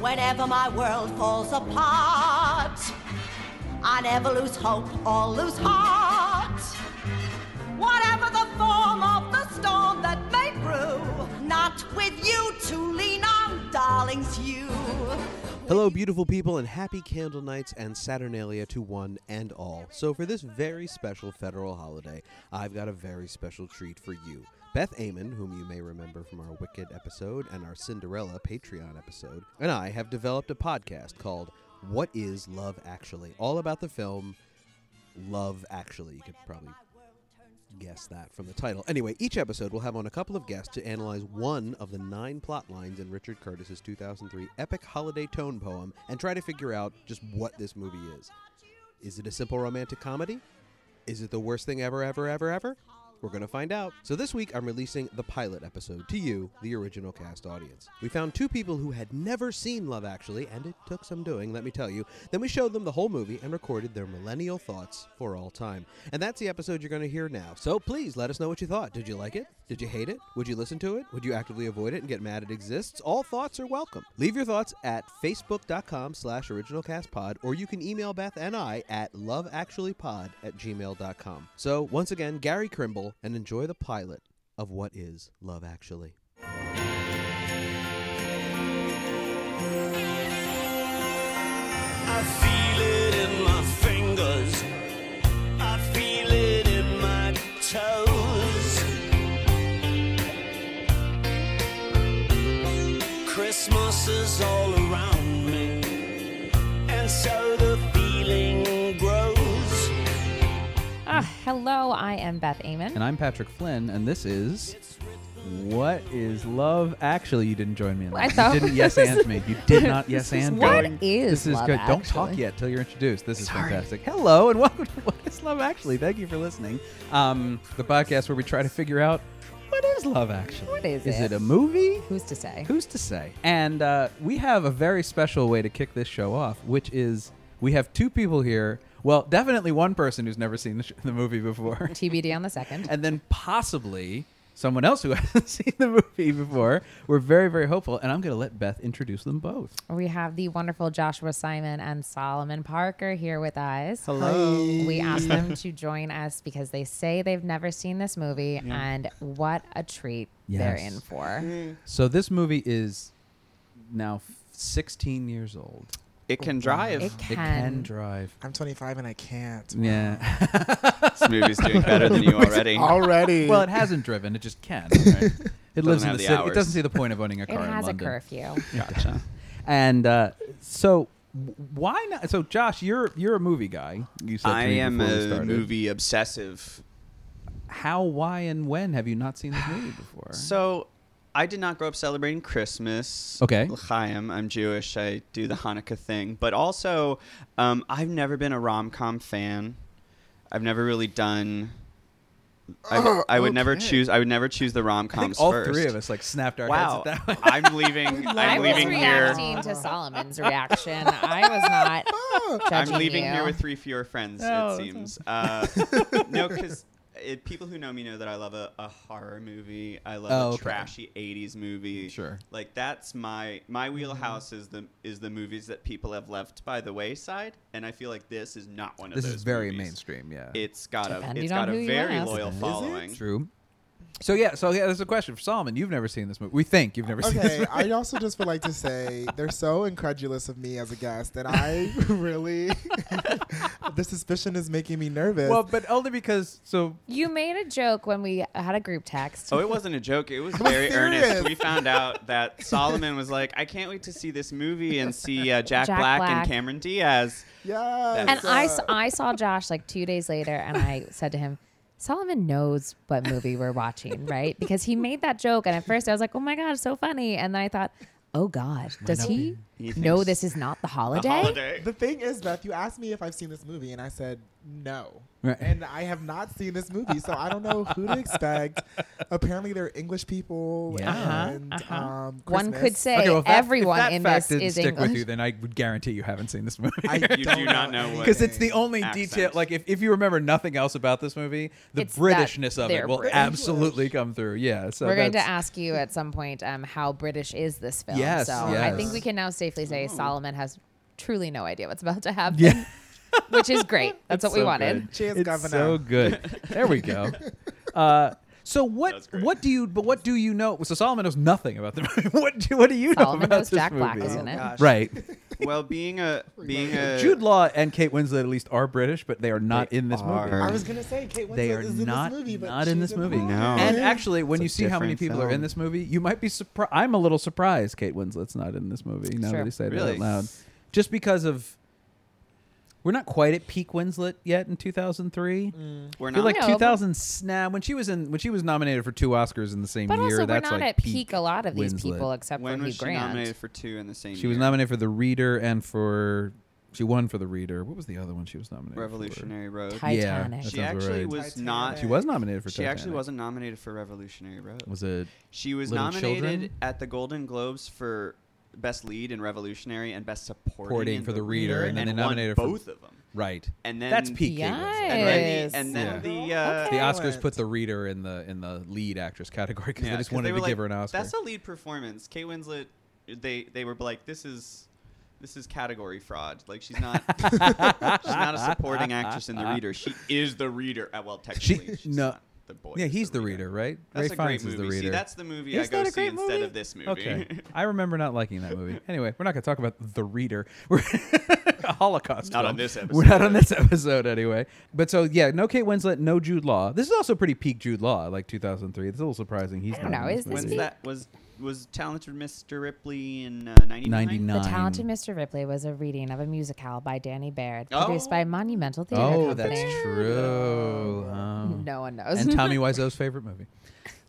whenever my world falls apart. I never lose hope or lose heart. Whatever the form of the storm that may brew, not with you to lean on, darlings, you. Hello, beautiful people, and happy candle nights and Saturnalia to one and all. So, for this very special federal holiday, I've got a very special treat for you. Beth Amon, whom you may remember from our Wicked episode and our Cinderella Patreon episode, and I have developed a podcast called What is Love Actually? All about the film Love Actually. You could probably guess that from the title. Anyway, each episode will have on a couple of guests to analyze one of the nine plot lines in Richard Curtis's 2003 epic holiday tone poem and try to figure out just what this movie is. Is it a simple romantic comedy? Is it the worst thing ever, ever, ever, ever? We're going to find out. So, this week I'm releasing the pilot episode to you, the original cast audience. We found two people who had never seen Love Actually, and it took some doing, let me tell you. Then we showed them the whole movie and recorded their millennial thoughts for all time. And that's the episode you're going to hear now. So, please let us know what you thought. Did you like it? Did you hate it? Would you listen to it? Would you actively avoid it and get mad it exists? All thoughts are welcome. Leave your thoughts at facebook.com slash originalcastpod, or you can email Beth and I at loveactuallypod at gmail.com. So, once again, Gary Crimble, and enjoy the pilot of What is Love Actually? I feel it in my fingers. I feel it in my toes. Christmas is all around me, and so the feeling grows. Ah, hello, I am Beth Amon. And I'm Patrick Flynn, and this is What is Love Actually? You didn't join me in that. I thought- you didn't yes and me. You did not yes and What going. is This is Love good. Don't talk Actually? yet till you're introduced. This is fantastic. Hello and welcome to What is Love Actually? Thank you for listening. Um, the podcast where we try to figure out what is love actually? What is Is it? it a movie? Who's to say? Who's to say? And uh, we have a very special way to kick this show off, which is we have two people here. Well, definitely one person who's never seen the, sh- the movie before, TBD on the second. and then possibly someone else who hasn't seen the movie before. We're very, very hopeful, and I'm going to let Beth introduce them both. We have the wonderful Joshua Simon and Solomon Parker here with us. Hello. We asked them to join us because they say they've never seen this movie, and what a treat they're Yes. in Hmm. for. So this movie is now f- 16 years old. It can drive. Oh, It It can can. drive. I'm 25 and I can't. Yeah. this movie's doing better than you already. Already. well, it hasn't driven. It just can. It lives in have the, the city. hours. It doesn't see the point of owning a It car. in has a London. curfew. Gotcha. and uh, so, w- why not? So, Josh, you're you're a movie guy. You said to I me am before we a started. movie obsessive. How, why, and when have you not seen this movie before? So I did not grow up celebrating Christmas. Okay. L'chaim. I'm Jewish. I do the Hanukkah thing. But also, um, I've never been a rom com fan. I've never really done. I, I would never okay. choose. I would never choose the rom Oh, I think coms all first. three of us like snapped our Wow. heads at that. one. I'm leaving. I I'm was leaving here. reacting to Solomon's reaction. I was not I'm judging leaving you. here with three fewer friends. Oh, that's it seems. Uh, no, because people who know me know that I love a, a horror movie. I love Oh, a okay. trashy '80s movie. Sure. Like that's my my wheelhouse is the is the movies that people have left by the wayside, and I feel like this is not one of This those. is very movies. mainstream. Yeah. It's got a Depending it's on got who a you very ask. loyal Is it? following. true. So yeah, so yeah, there's a question for Solomon. You've never seen this movie. We think you've never seen this okay. movie. I also just would like to say they're so incredulous of me as a guest that I really the suspicion is making me nervous. Well, but only because so You made a joke when we had a group text. Oh, it wasn't a joke. It was very serious. earnest. We found out that Solomon was like, "I can't wait to see this movie and see uh, Jack, Jack Black, Black. and Cameron Diaz." yes. And uh, I, s- I saw Josh like two days later, and I said to him, Solomon knows what movie we're watching, right? Because he made that joke, and at first I was like, "Oh my god, so funny!" And then I thought, "Oh God, does he He know thinks this is not the holiday?" The holiday. the thing is, Beth, you asked me if I've seen this movie, and I said no. Right. and I have not seen this movie, so I don't know who to expect. Apparently, they're English people, Yeah. Uh-huh, and uh-huh. um, One Christmas. could say Okay, well, if that- if everyone that in fact this didn't is stick English. with you, then I would guarantee you haven't seen this movie. I You don't do not know what- Because it's the anything. only Accent. detail. Like, if, if you remember nothing else about this movie, the It's that Britishness of they're it will British. absolutely come through. Yeah. So We're going to that's- ask you at some point um, how British is this film. Yes, so I yes. Oh. think we can now safely say Solomon has truly no idea what's about to happen, Yeah. which is great. That's what we so wanted. good. Cheers, it's Governor. So good. There we go. Uh, so was what great. what do you but what do you know? So Solomon knows nothing about the movie. What do what do you know Solomon about knows this Jack Black movie? is in it. gosh. Right. Well, being a being a Jude Law and Kate Winslet at least are British, but they are not in this are. movie. I was gonna say Kate Winslet They are is in not this movie, but not in she's this movie. Bond. No. And actually, when It's a you see how many different people are in film. this movie, you might be surprised. I'm a little surprised Kate Winslet's not in this movie. Now Sure. that I say that out Really? loud, just because of we're not quite at peak Winslet yet in 2003. we're I feel not like No, but- 2000 snap when she was in when she was nominated for two Oscars in the same But year. also, we're that's not like at peak a lot of these Winslet. people except when for was Hugh she Grant. nominated for two in the same She year? was nominated for The Reader and for she won for The Reader. What was the other one she was nominated Revolutionary Road. for? Ti- Titanic. Yeah, that she sounds actually right. was Titanic. not She was nominated for She Titanic. actually wasn't nominated for Revolutionary Road. Was it? She was Little nominated Children? at the Golden Globes for best lead in Revolutionary and best supporting, Supporting in for The Reader, and then they won nominated her for- both of them. Right. And then That's peak. Kate Winslet. And then Yes. the, and then The the uh, Oscars put the reader in the in the lead actress category because yeah, they just 'cause wanted were to like, give her an Oscar. That's a lead performance. Kate Winslet. They they were like this is. This is category fraud. Like she's not, she's not a supporting actress in the reader. She is the reader. Uh, well, technically, she's no. not. the boy. yeah, is he's the reader, right? That's Ray a Fiennes great movie. is the reader. See, that's the movie Isn't I go that a see great instead movie? of this movie. Okay. I remember not liking that movie. Anyway, we're not going to talk about The Reader. We're a Holocaust. Not film. on this We're not on episode. this episode anyway. But so yeah, no Kate Winslet, no Jude Law. This is also pretty peak Jude Law, like 2003. It's a little surprising he's I don't not. know, in is this When's movie. peak? that? Was was talented Mr. Ripley in uh, 99? 99. The Talented Mr. Ripley was a reading of a musical by Danny Baird, produced Oh. by Monumental Theatre Oh, Company. that's true. Um, No one knows. and Tommy Wiseau's favorite movie.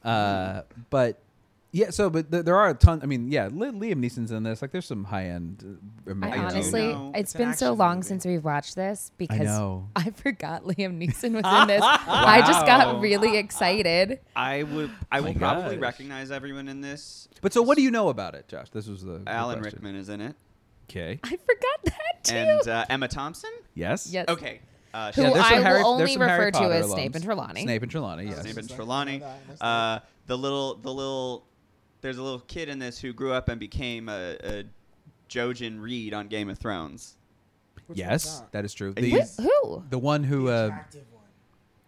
Uh, but yeah, so but th- there are a ton. I mean, yeah, Li- Liam Neeson's in this. Like, there's some uh, high end. I I honestly, don't know. it's It's an been so action long movie. since we've watched this because know. I forgot Liam Neeson was in this. I just got Wow. really excited. I would. I will My probably gosh. recognize everyone in this. But so, what do you know about it, Josh? This was the the Alan question. Rickman is in it, Okay. I forgot that too. and uh, Emma Thompson. Yes. yes. Okay. Uh, Who Yeah, there's I some will Harry- there's only some Harry refer to Potter as alums. Snape and Trelawney. Snape and Trelawney. Yes. Snape and Exactly. Trelawney. I know that. Uh, the little, the little, there's a little kid in this who grew up and became a, a Jojen Reed on Game of Thrones. Which one's yes, that? that is true. Wh- The, Wh- who? the one who uh, Attractive one.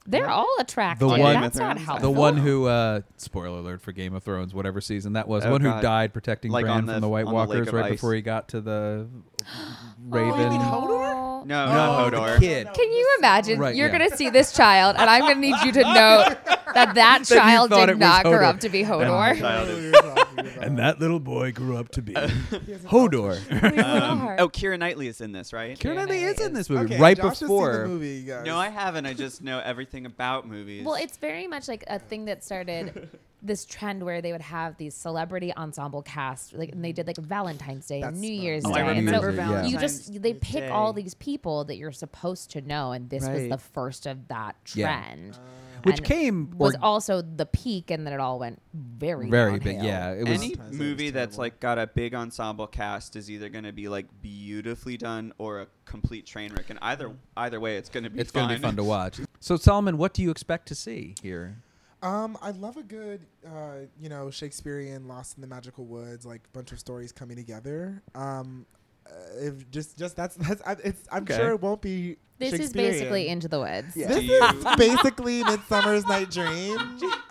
They're all attractive. one- That's not The helpful. the one who uh, spoiler alert for Game of Thrones, whatever season that was, Oh, one who God. died protecting Like Bran on the- from the White on the Lake Walkers of right Ice. before he got to the Oh. Raven. Hodor? No, no, Oh, not Hodor. Oh, the kid. Can you imagine? Right, You're yeah. gonna see this child, and I'm gonna need you to know that that you child thought it did was not grow Hodor. up to be Hodor. Child Oh, is- you're talking about- And that little boy grew up to be He has an Hodor. We Um, are. Oh, Kira Knightley is in this, right? Keira Knightley is in this movie Okay, right Josh has seen the before. movie, you guys. No, I haven't. I just know everything about movies. Well, it's very much like a thing that started this trend where they would have these celebrity ensemble casts, like and they did like Valentine's Day That's and New right. Year's Oh, Day. I and so remember Yeah. Valentine's you just they pick Day. all these people that you're supposed to know, and this was Right. the first of that Yeah. trend, Which and came was org- also the peak, and then it all went very very big. downhill. Yeah, it was. any Sometimes it movie was that's terrible. like got a big ensemble cast is either going to be like beautifully done or a complete train wreck, and either either way, it's going to be it's fun. going to be fun to watch. So Solomon, what do you expect to see here? Um, I love a good, uh, you know, Shakespearean Lost in the Magical Woods, like bunch of stories coming together. Um, uh, if just, just that's that's I, it's. I'm Okay. sure it won't be. This is Shakespearean. basically Into the Woods. This Do you- is basically Midsummer's Night Dream.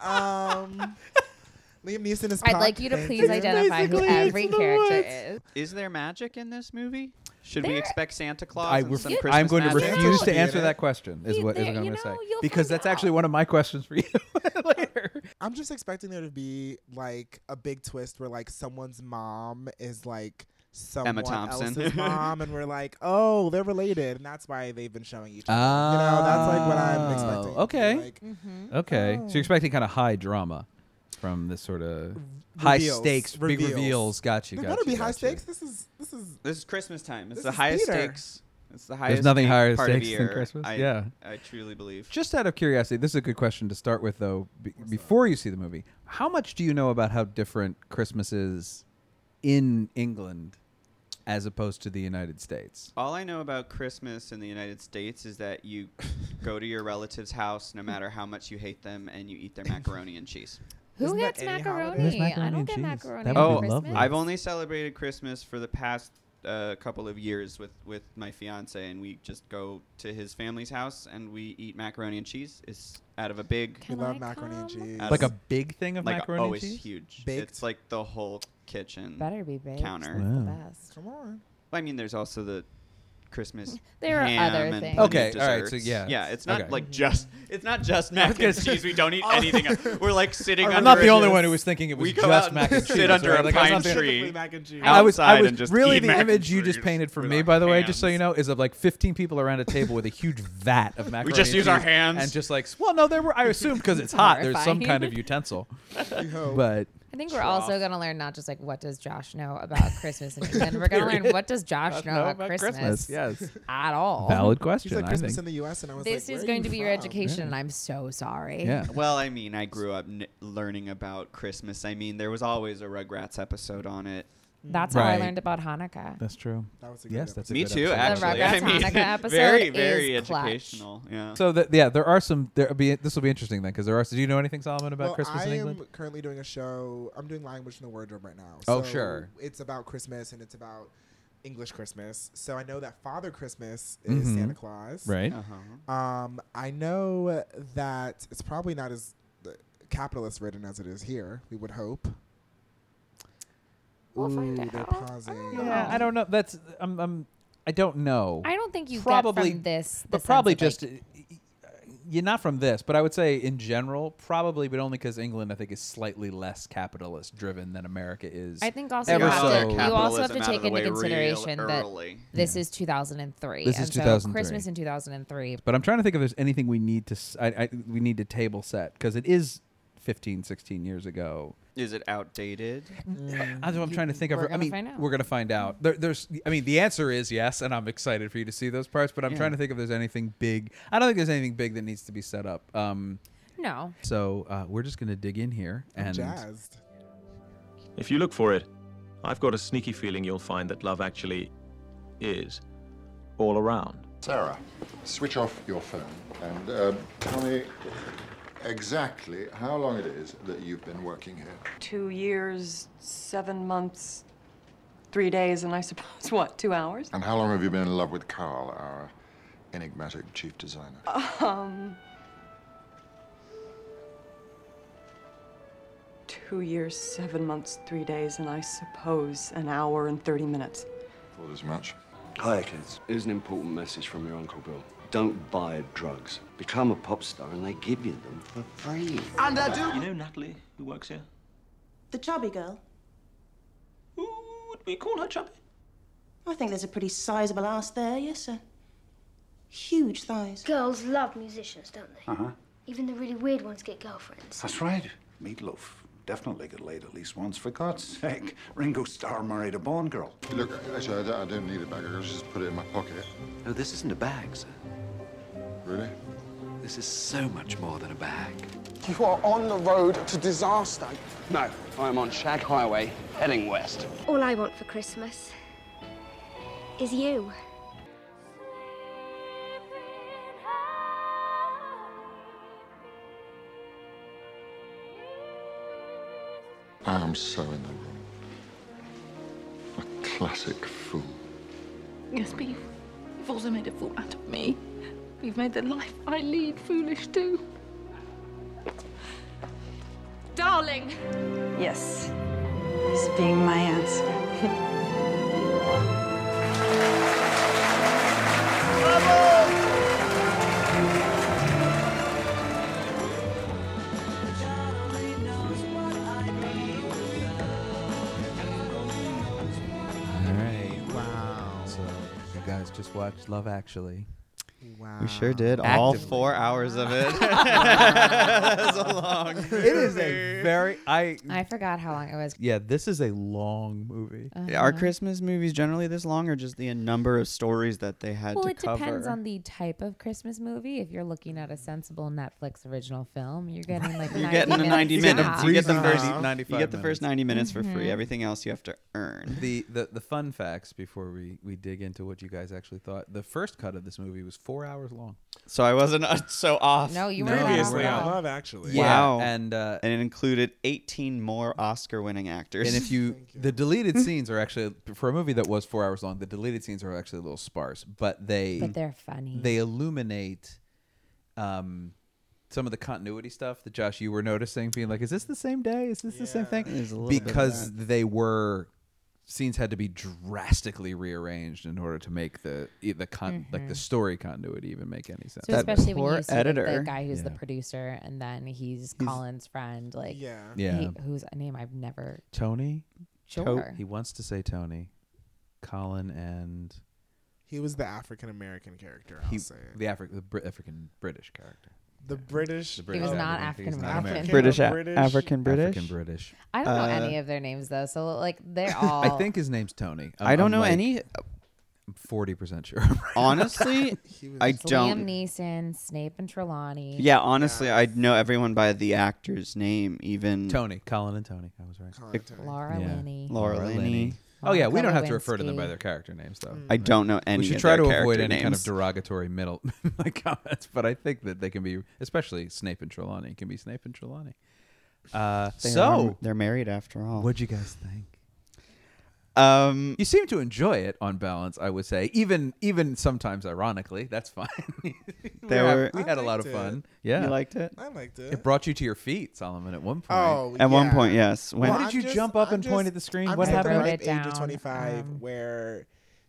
Um, Liam Neeson is. I'd Puck. like you to Thank please you. identify who basically every Into the character Woods. is. Is there magic in this movie? Should we There- expect Santa Claus? I and ref- some You- Christmas I'm going to magic? Santa refuse to Claus. answer that question. Is You- what is what there- I'm you going to say know, you'll because find that's actually out. one of my questions for you later. I'm just expecting there to be like a big twist where like someone's mom is like someone Thompson. else's mom, and we're like, oh, they're related, and that's why they've been showing each other. you know, that's like what I'm expecting. Ah. Oh, Okay, Like, Mm-hmm. oh. okay. So you're expecting kind of high drama from this sort of high Reveals. stakes, big Reveals. reveals. Got you. there got better you, be high got you. stakes. This is this is This is Christmas time. It's This the is highest theater. stakes It's the highest. nothing paying higher part of the stakes than year, Christmas? I, Yeah. I truly believe. Just out of curiosity, this is a good question to start with, though. Be- before you see the movie, how much do you know about how different Christmas is in England as opposed to the United States? All I know about Christmas in the United States is that you go to your relative's house, no matter how much you hate them, and you eat their macaroni and cheese. Who Isn't that gets any macaroni? holiday? Where's macaroni I don't and get cheese? macaroni. That on would be Christmas. lovely. I've only celebrated Christmas for the past uh, couple of years with, with my fiance, and we just go to his family's house and we eat macaroni and cheese. It's out of a big, We Can love I macaroni and come? cheese. Out Like of a big thing of like macaroni oh, and it's cheese? huge. Baked? It's like the whole kitchen. Better be baked. Counter. That's Wow. the best. Come on. I mean, there's also the Christmas. There are ham other and things. Mm-hmm. plenty of Okay, all right, so desserts. yeah, yeah. it's- It's not okay. like just. It's not just mac gonna and say- Oh. cheese. We don't eat anything. else. We're like sitting. I'm under not the a- only one who was thinking it was We go out just and mac and cheese. sit under right? a Like, I'm pine not the- tree. Typically mac and cheese. Out- I was, I outside was and just really eat the mac and image you just cheese painted for with me, our by the way, just so you hands. know, is of like 15 people around a table with a huge vat of macaroni. just and use our cheese hands. and just like, well, no, there were. I assume because it's hot, there's some Horrifying. kind of utensil. Yo. But I think we're also going to learn not just like what does Josh know about Christmas in England. We're going to learn Period. what does Josh know about, Christmas, yes, at all. valid She's question. like I Christmas think. in the U.S. and I was like, This where is are going you to be your from? education, and I'm so sorry. yeah, Well, I mean, I grew up n- learning about Christmas. I mean, there was always a Rugrats episode on it. That's how I Right. learned about Hanukkah. that's true. That was a good Yes, episode. that's a Me good too, episode. actually. Rugrats I mean, Hanukkah episode very, is very clutch. educational. Yeah. So that yeah, there are some. There be this will be interesting then because there are. Do you know anything Solomon about well, Christmas I in England? am currently doing a show. I'm doing Language in the Wardrobe right now. Oh, So sure. It's about Christmas and it's about English Christmas. So I know that Father Christmas is Santa Claus. Mm-hmm. Right. uh-huh. Um, I know that it's probably not as uh, capitalist ridden as it is here. We would hope. We'll find Ooh, they're out. pausing. Yeah, I don't know. That's I'm. I'm I don't know. I don't think you Probably- get from this, the but sense probably of, like, just you're not from this, but I would say in general, probably, but only because England, I think, is slightly less capitalist driven than America is. I think also you Ever have, so- to, you also have Capitalism to out take of the into way real consideration that early. this is 2003. This is and so 2003. Christmas in 2003. but I'm trying to think if there's anything we need to s- I, I- we need to table set because it is 15, 16 years ago. Is it outdated? That's what I'm trying to think of. we're I gonna mean, find out. we're gonna find out. There, there's, I mean, the answer is yes, and I'm excited for you to see those parts. But I'm trying to think if there's anything big. I don't think there's anything big that needs to be set up. Um, No. so uh, we're just gonna dig in here and Jazzed. If you look for it, I've got a sneaky feeling you'll find that love actually is all around. Sarah, switch off your phone and uh, tell me exactly how long it is that you've been working here. two years, seven months, three days, and I suppose what, two hours? And how long have you been in love with Carl, our enigmatic chief designer? Uh, Two years, seven months, three days, and I suppose an hour and 30 minutes. Thought as much. Hiya, kids. Here's an important message from your Uncle Bill. Don't buy drugs. Become a pop star and they give you them for free. You know Natalie, who works here? The chubby girl. Ooh, Would we call her chubby? I think there's a pretty sizable ass there, yes, sir. Huge thighs. Girls love musicians, don't they? Uh-huh. Even the really weird ones get girlfriends. That's right. Meatloaf. Definitely get laid at least once, for God's sake. Ringo Starr married a Bond girl. Look, actually, I don't, I don't need it back. I'll just put it in my pocket. No, this isn't a bag, sir. Really? This is so much more than a bag. You are on the road to disaster. No, I'm on Shag Highway, heading west. All I want for Christmas is you. I am so in the wrong. A classic fool. Yes, but you've, you've also made a fool out of me. You've made the life I lead foolish too. Darling! Yes, this being my answer. All right. Wow. So you guys just watched Love Actually. Wow. We sure did. All Actively. four hours of it. That's a long It is a very I I forgot how long it was. Yeah, this is a long movie. Uh-huh. Are Christmas movies generally this long, or just the number of stories that they had Well, to it cover? depends on the type of Christmas movie. If you're looking at a sensible Netflix original film, you're getting like You're getting the 90 minutes. minutes. You get the Breezy first half. 95 you get the first 90 minutes for free. Mhm. Everything else you have to earn. The, the the fun facts before we, we dig into what you guys actually thought. The first cut of this movie was four hours long. So I wasn't uh, so off. No, you weren't that off at all. Love, actually. Wow. Yeah, and uh, and it included 18 more Oscar-winning actors. And if you, the deleted scenes are actually for a movie that was four hours long. The deleted scenes are actually a little sparse, but they But they're funny. They illuminate um, some of the continuity stuff that Josh you were noticing, being like, "Is this the same day? Is this the same thing?" There's a little bit of Because they were scenes had to be drastically rearranged in order to make the e, the con like the story continuity even make any sense. Mm-hmm. So especially when you see like, the guy who's the producer, and then he's, Colin's friend, like Yeah. he- Yeah. whose name I've never Tony. Sure. He wants to say Tony, Colin, and He was the African American character. I'll he, say it. the Afri- the Br- African British character. The British. The British African. He's not American. British, or a- African British. African British. I don't know Uh, any of their names though, so like they're all. I think his name's Tony. I don't know any- Forty percent sure. Honestly, I It's don't. Liam Neeson, Snape, and Trelawney. Yeah, honestly, I know everyone by the actor's name, even Tony, Colin, and Tony. I was right. Ex- Laura Yeah. Linney. Laura Laura Linney. Linney. Oh yeah, we Monica don't have to refer to them by Lewinsky. their character names though. I don't know any We should of try their to avoid character any kind of names. derogatory middle comments, but I think that they can be, especially Snape and Trelawney, can be Snape and Trelawney. Uh, They so are- they're married after all. What'd you guys think? Um, you seem to enjoy it on balance. I would say, even even sometimes ironically, that's fine. we There had, were- we I had a lot of liked it. fun. You Yeah, liked it? I liked it. It brought you to your feet, Solomon. At one point. Oh, At one yeah. point, yes. When- Why did you jump up and point at the screen? what happened? Um, i age of 25 Um, where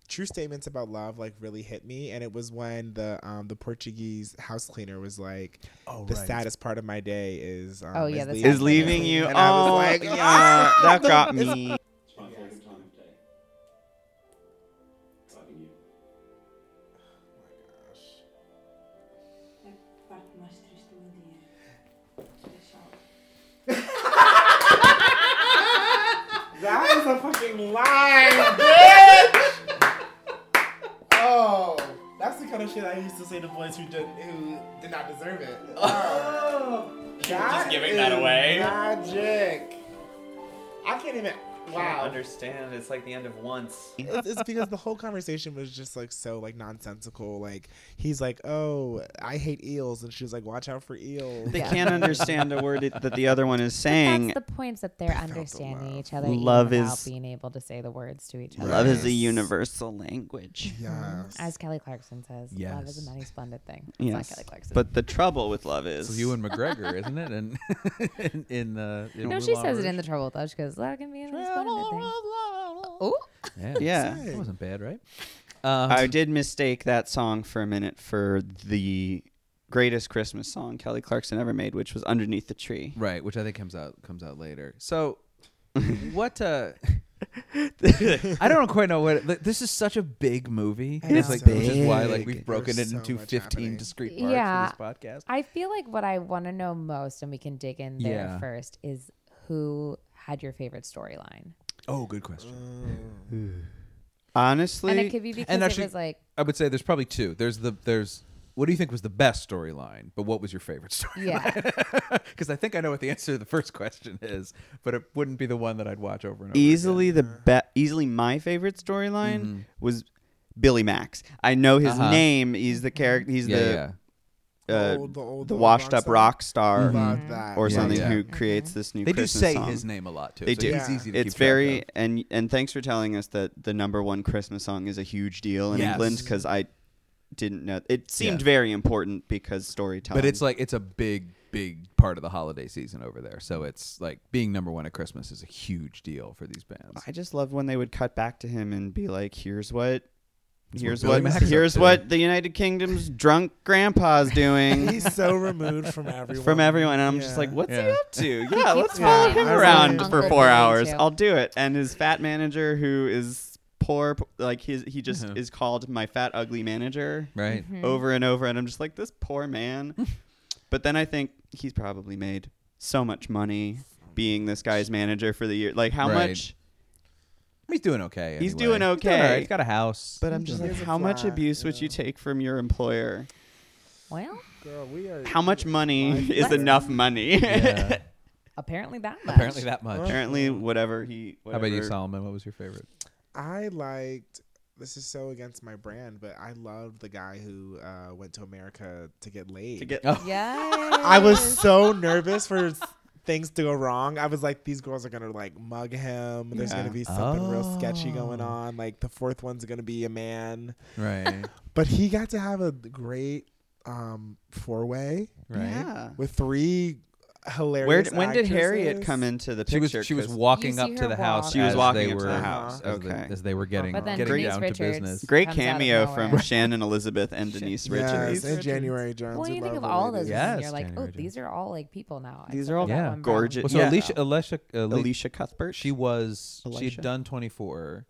true statements about love like really hit me and it was when the um the Portuguese house cleaner was like oh, the right. saddest part of my day is um, Oh, yeah, the is, saddest is leaving you. and oh, I was like yeah, "Ah!" that got me. That is a fucking line, bitch. oh, that's the kind of shit I used to say to boys who did who did not deserve it. Oh, just giving that is away? Magic. I can't even. Wow. understand. It's like the end of once. it's, it's because the whole conversation was just like so like nonsensical. Like he's like, "Oh, I hate eels," and she was like, "Watch out for eels." They can't understand a word that the other one is saying. That's the point that they're understanding each other. Love Love even is- without being able to say the words to each other. Love is a universal language. Yeah. As Kelly Clarkson says, love is Yes. a many splendid thing. It's not Yes. Kelly Clarkson. But the trouble with love is It's you and McGregor, isn't it? And in, in uh, in no, Moulin she says it in Rouge. the trouble though. She goes, love can be a many splendid thing. Oh, Yeah, Yeah. that wasn't bad, right? I did mistake that song for a minute for the greatest Christmas song Kelly Clarkson ever made, which was "Underneath the Tree." Right, which I think comes out comes out later. So, what? Uh, I don't quite know what. Like, this is such a big movie. I know. It's like, So Which is why like big. we've broken There's it so into much 15 happening. discrete parts yeah. for this podcast. I feel like what I want to know most, and we can dig in there Yeah. first, is who had your favorite storyline. Oh, good Uh, question. Honestly, And it could be because it was like I would say there's probably two. There's the there's what do you think was the best storyline, but what was your favorite storyline? Yeah. Because I think I know what the answer to the first question is, but it wouldn't be the one that I'd watch over and over. easily the be- easily my favorite storyline Mhm. was Billy Max. I know his Uh-huh. name. He's the character. He's Yeah, the. yeah. Uh, The old- the old- the the old washed rock up star. rock star, Love that. or Yeah, something Mm-hmm. yeah. who Mhm. creates this new. Mm-hmm. They do Christmas say song. his name a lot, too, They so do. it's easy to it's keep track very and and thanks for telling us that the number one Christmas song is a huge deal in Yes. England because I didn't know. It seemed very important because storytelling. But it's like it's a big, big part of the holiday season over there. So it's like being number one at Christmas is a huge deal for these bands. I just loved when they would cut back to him and be like, "Here's what." It's what Here's Billy what, Mack's up here's to." what the United Kingdom's drunk grandpa's doing. He's so removed from everyone. From everyone, and I'm just like, what's he Yeah. up to? He Yeah, keeps let's follow going. him I really- around Uncle for Billy, four hours. too. I'll do it. And his fat manager, who is before. p- Like his, he just Mhm. is called my fat ugly manager, Right. Mm-hmm. Mm-hmm. Mhm. Over and over, and I'm just like this poor man. but then I think he's probably made so much money being this guy's manager for the year. Like how Right. much? He's doing okay. He's anyway. doing okay. all right. He's got a house. But I'm just doing like, okay. how much abuse would you take from your employer? Well, Girl, we are. How much money is Let's- enough money? Yeah. apparently that much. Apparently that much. Apparently, whatever he. How about you, whatever- Solomon? What was your favorite? I liked. This is so against my brand, but I loved the guy who uh, went to America to get laid. To Oh. get, I was so nervous for s- things to go wrong. I was like, these girls are gonna like mug him. There's Yeah. gonna be something real sketchy Oh. going on. Like the fourth one's gonna be a man. Right. But he got to have a great um, four way. Right. Yeah. With three hilarious. Where d- when did Harriet actresses. come into the She picture? was she was 'Cause- walking up to the house. She was as walking they up to were, the house. as okay. They, as they were getting But then getting Denise down to Richards business. Great comes out of cameo from nowhere. Shannon Elizabeth and Denise Richards. Yes, and January Jones. Well, we you think love of the all ladies. those, women, you're like, oh, these are all like people now. These except are for all that one brown gorgeous. Well, so yeah. Alicia, Alicia, Ali- Alicia Cuthbert. She was she Alicia? had done twenty four.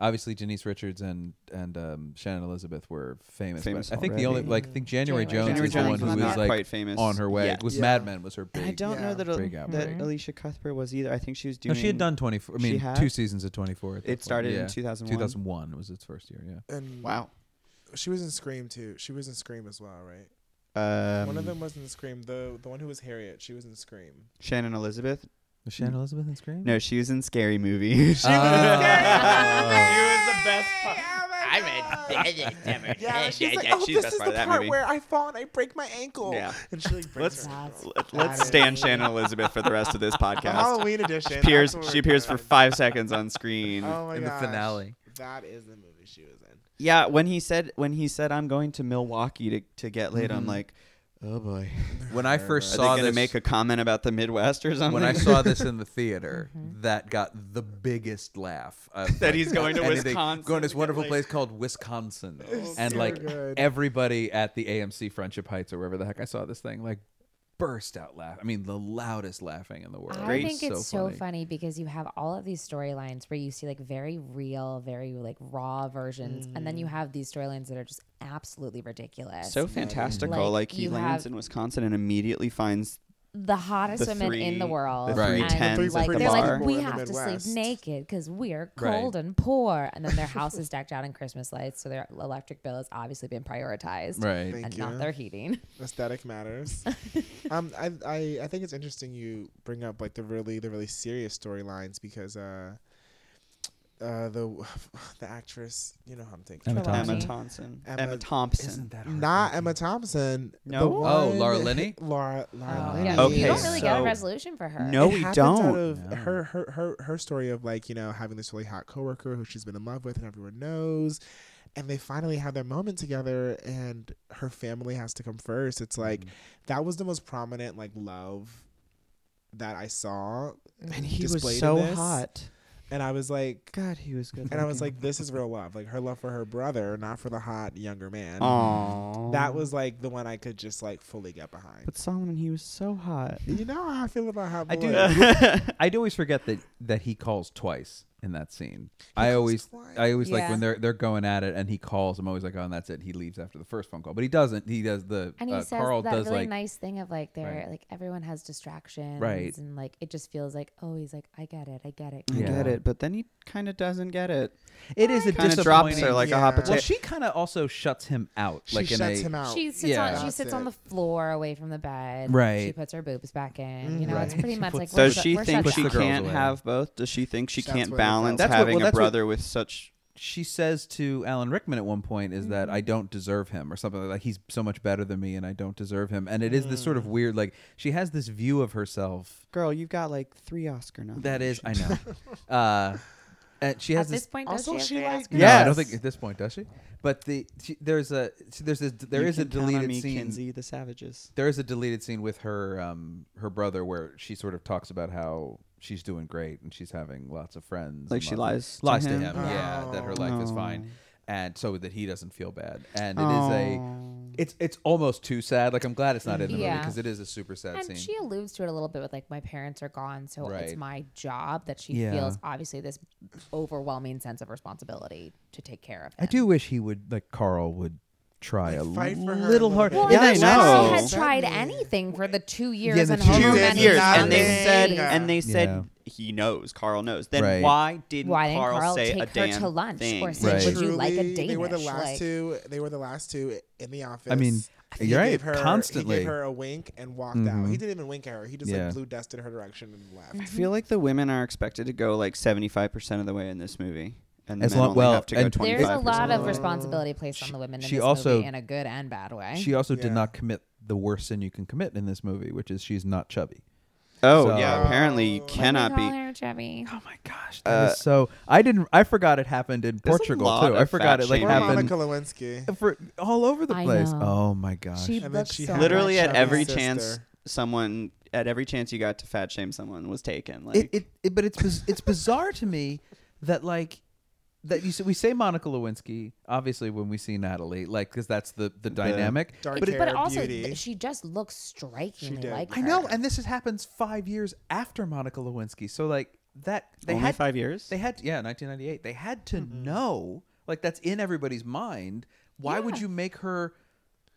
Obviously, Denise Richards and and um, Shannon Elizabeth were famous. but Famous I think the only already. like I think January, January Jones Jones. is the January one Jones who was was not like quite famous. on her way. Yeah. It was Yeah. Mad Men was her big. And I don't know that, big that outbreak. Alicia Cuthbert was either. I think she was doing. No, she had done twenty four. I She mean, had? two seasons of twenty four. It started in 2001. 2001. Two thousand one was its first year. Yeah. And Wow. She was in Scream too. She was in Scream as well, right? one Um, of them was in Scream. The the one who was Harriet, she was in Scream. Shannon Elizabeth. Was Shannon Elizabeth in Scream? Hmm. No, she was in Scary Movie. she was in Ah. Uh, the best part. I'm a. Yeah, she's like, oh, this is the part where I fall and I break my ankle. Yeah. And she like Let's breaks her let, let's stand Shannon Elizabeth for the rest of this podcast. Halloween edition, She Oh, that's appears. what She we're appears for five seconds on screen. Oh my gosh. finale. That is the movie she was in. Yeah, when he said when he said I'm going to Milwaukee to, to get laid, I'm Mm-hmm. Mhm. like, oh boy. When I first Are saw they gonna this- make a comment about the Midwest or something. When I saw this in the theater, Mm-hmm. that got the biggest laugh. of, That he's going to Wisconsin going to this to get wonderful laid. place called Wisconsin, It's and so like good. everybody at the AMC Friendship Heights or wherever the heck I saw this thing, like burst out laughing. I mean, the loudest laughing in the world. I think it's so funny. because you have all of these storylines where you see like very real, very like raw versions, and then you have these storylines that are just absolutely ridiculous. Mm. so fantastical. Like, he you lands have in Wisconsin and immediately finds the hottest the women in the three- world. the three and tens at like, the they're bar. like, we People in the have to sleep Midwest. naked because we are Right. cold and poor. And then their house is decked out in Christmas lights, so their electric bill has obviously been prioritized, Right. And Thank not you. their heating. Aesthetic matters. um, I, I I think it's interesting you bring up like the really the really serious storylines because uh, uh the the actress you know who I'm thinking Emma Come on. Thompson. Emma Thompson. Emma Thompson. Isn't that not Emma Thompson? the No? Oh, one- Laura Linney? Laura Laura Oh. Linney. Yeah, you Okay, don't really get a so- resolution for her. No, It Oh, we happens out don't. of her, her her her story of like you know having this really hot coworker who she's been in love with and everyone knows, and they finally have their moment together, and her family has to come first. It's like Mm-hmm. that was the most prominent like love that I saw, And Mm-hmm. he was displayed in so this. hot. And I was like, God, he was good. And I was looking. like, this is real love, like her love for her brother, not for the hot younger man. Aw. That was like the one I could just like fully get behind. But Solomon, he was so hot. You know how I feel about hot I boys. do. I do always forget that that he calls twice in that scene. I always, I always like Yeah. when they're they're going at it and he calls. I'm always like, oh, and that's it. He leaves after the first phone call, but he doesn't. He does the And he uh, says Carl that does really like nice thing of like they're Right. like everyone has distractions, Right. And like it just feels like oh he's like I get it, I get it. I Yeah. get it, but then he kind of doesn't get it. It is a kind of disappointing. drops her like a hot potato. Well, she kind of also shuts him out. She like in shuts a, him out. She sits on she sits on the floor away from the bed. She Right. puts her boobs back in. You know, it's Right. pretty much like Mm-hmm. Does we're she shut- we're think shut she down. can't have both? Does she think she That's can't what it balance felt. That's what- having well, a that's what- brother with such? She says to Alan Rickman at one point is Mm. that I don't deserve him or something like he's so much better than me and I don't deserve him. And it is this sort Mm. of weird like she has this view of herself Girl, you've got like three Oscar nominations. that is I know. uh and she At has this point, does Also, she have she to like- ask yeah. I don't Yes. think at this point does she? But the she, there's a she, there's a there You is a can count on deleted me, scene. Kinsey, the Savages. There is a deleted scene with her um her brother where she sort of talks about how she's doing great and she's having lots of friends. Like and she lots of- lies lies to to him? Oh. him. Yeah, that her life is fine, and so that he doesn't feel bad. And it is a It's it's almost too sad. Like I'm glad it's not in the movie Yeah. because it is a super sad and scene. she alludes to it a little bit with like my parents are gone, so it's Right. my job that she Yeah. feels obviously this overwhelming sense of responsibility to take care of. I do wish he would like Carl would try a fight little for her a little little hard. Well, yeah, I and that's why know. she had tried anything for the two years Yeah, the and two years. however many Years, and they days. said, and they said Yeah. he knows Carl knows. Then Right. why didn't Why didn't Carl, Carl say take a her damn to lunch thing? or say, Right. "Would you like a Truly, They were the Danish?" last Like- two. They were the last two in the office. I mean, He you're right, gave her- He constantly. gave her a wink and walked out. Mhm. He didn't even wink at her. He just Yeah. like blew dust in her direction and left. I feel like the women are expected to go like seventy five percent of the way in this movie, and the As men long- only well, have to go and- twenty There's a five. lot of responsibility placed on the women in she this also- movie in a good and bad way. She also did not commit the worst sin you can commit in this movie, which is she's not chubby. Oh So- yeah, apparently you cannot be. Oh my gosh, That is so I didn't. I forgot it happened in there's a Portugal lot too. of I forgot fat it like shaming. happened Monica Lewinsky. for all over the I place. know. Oh my gosh. She And then looks she so had literally much at of every that. chance Sister. someone at every chance you got to fat shame someone was taken. Like it, it, it but it's biz- it's bizarre to me that like that you s- we say Monica Lewinsky obviously when we see Natalie like because that's the the dynamic but, but it- but also th- she just looks strikingly like I her. know and this has happens five years after Monica Lewinsky so like that they Only had five years? they had yeah 1998 they had to Mm-hmm. know like that's in everybody's mind why would you make her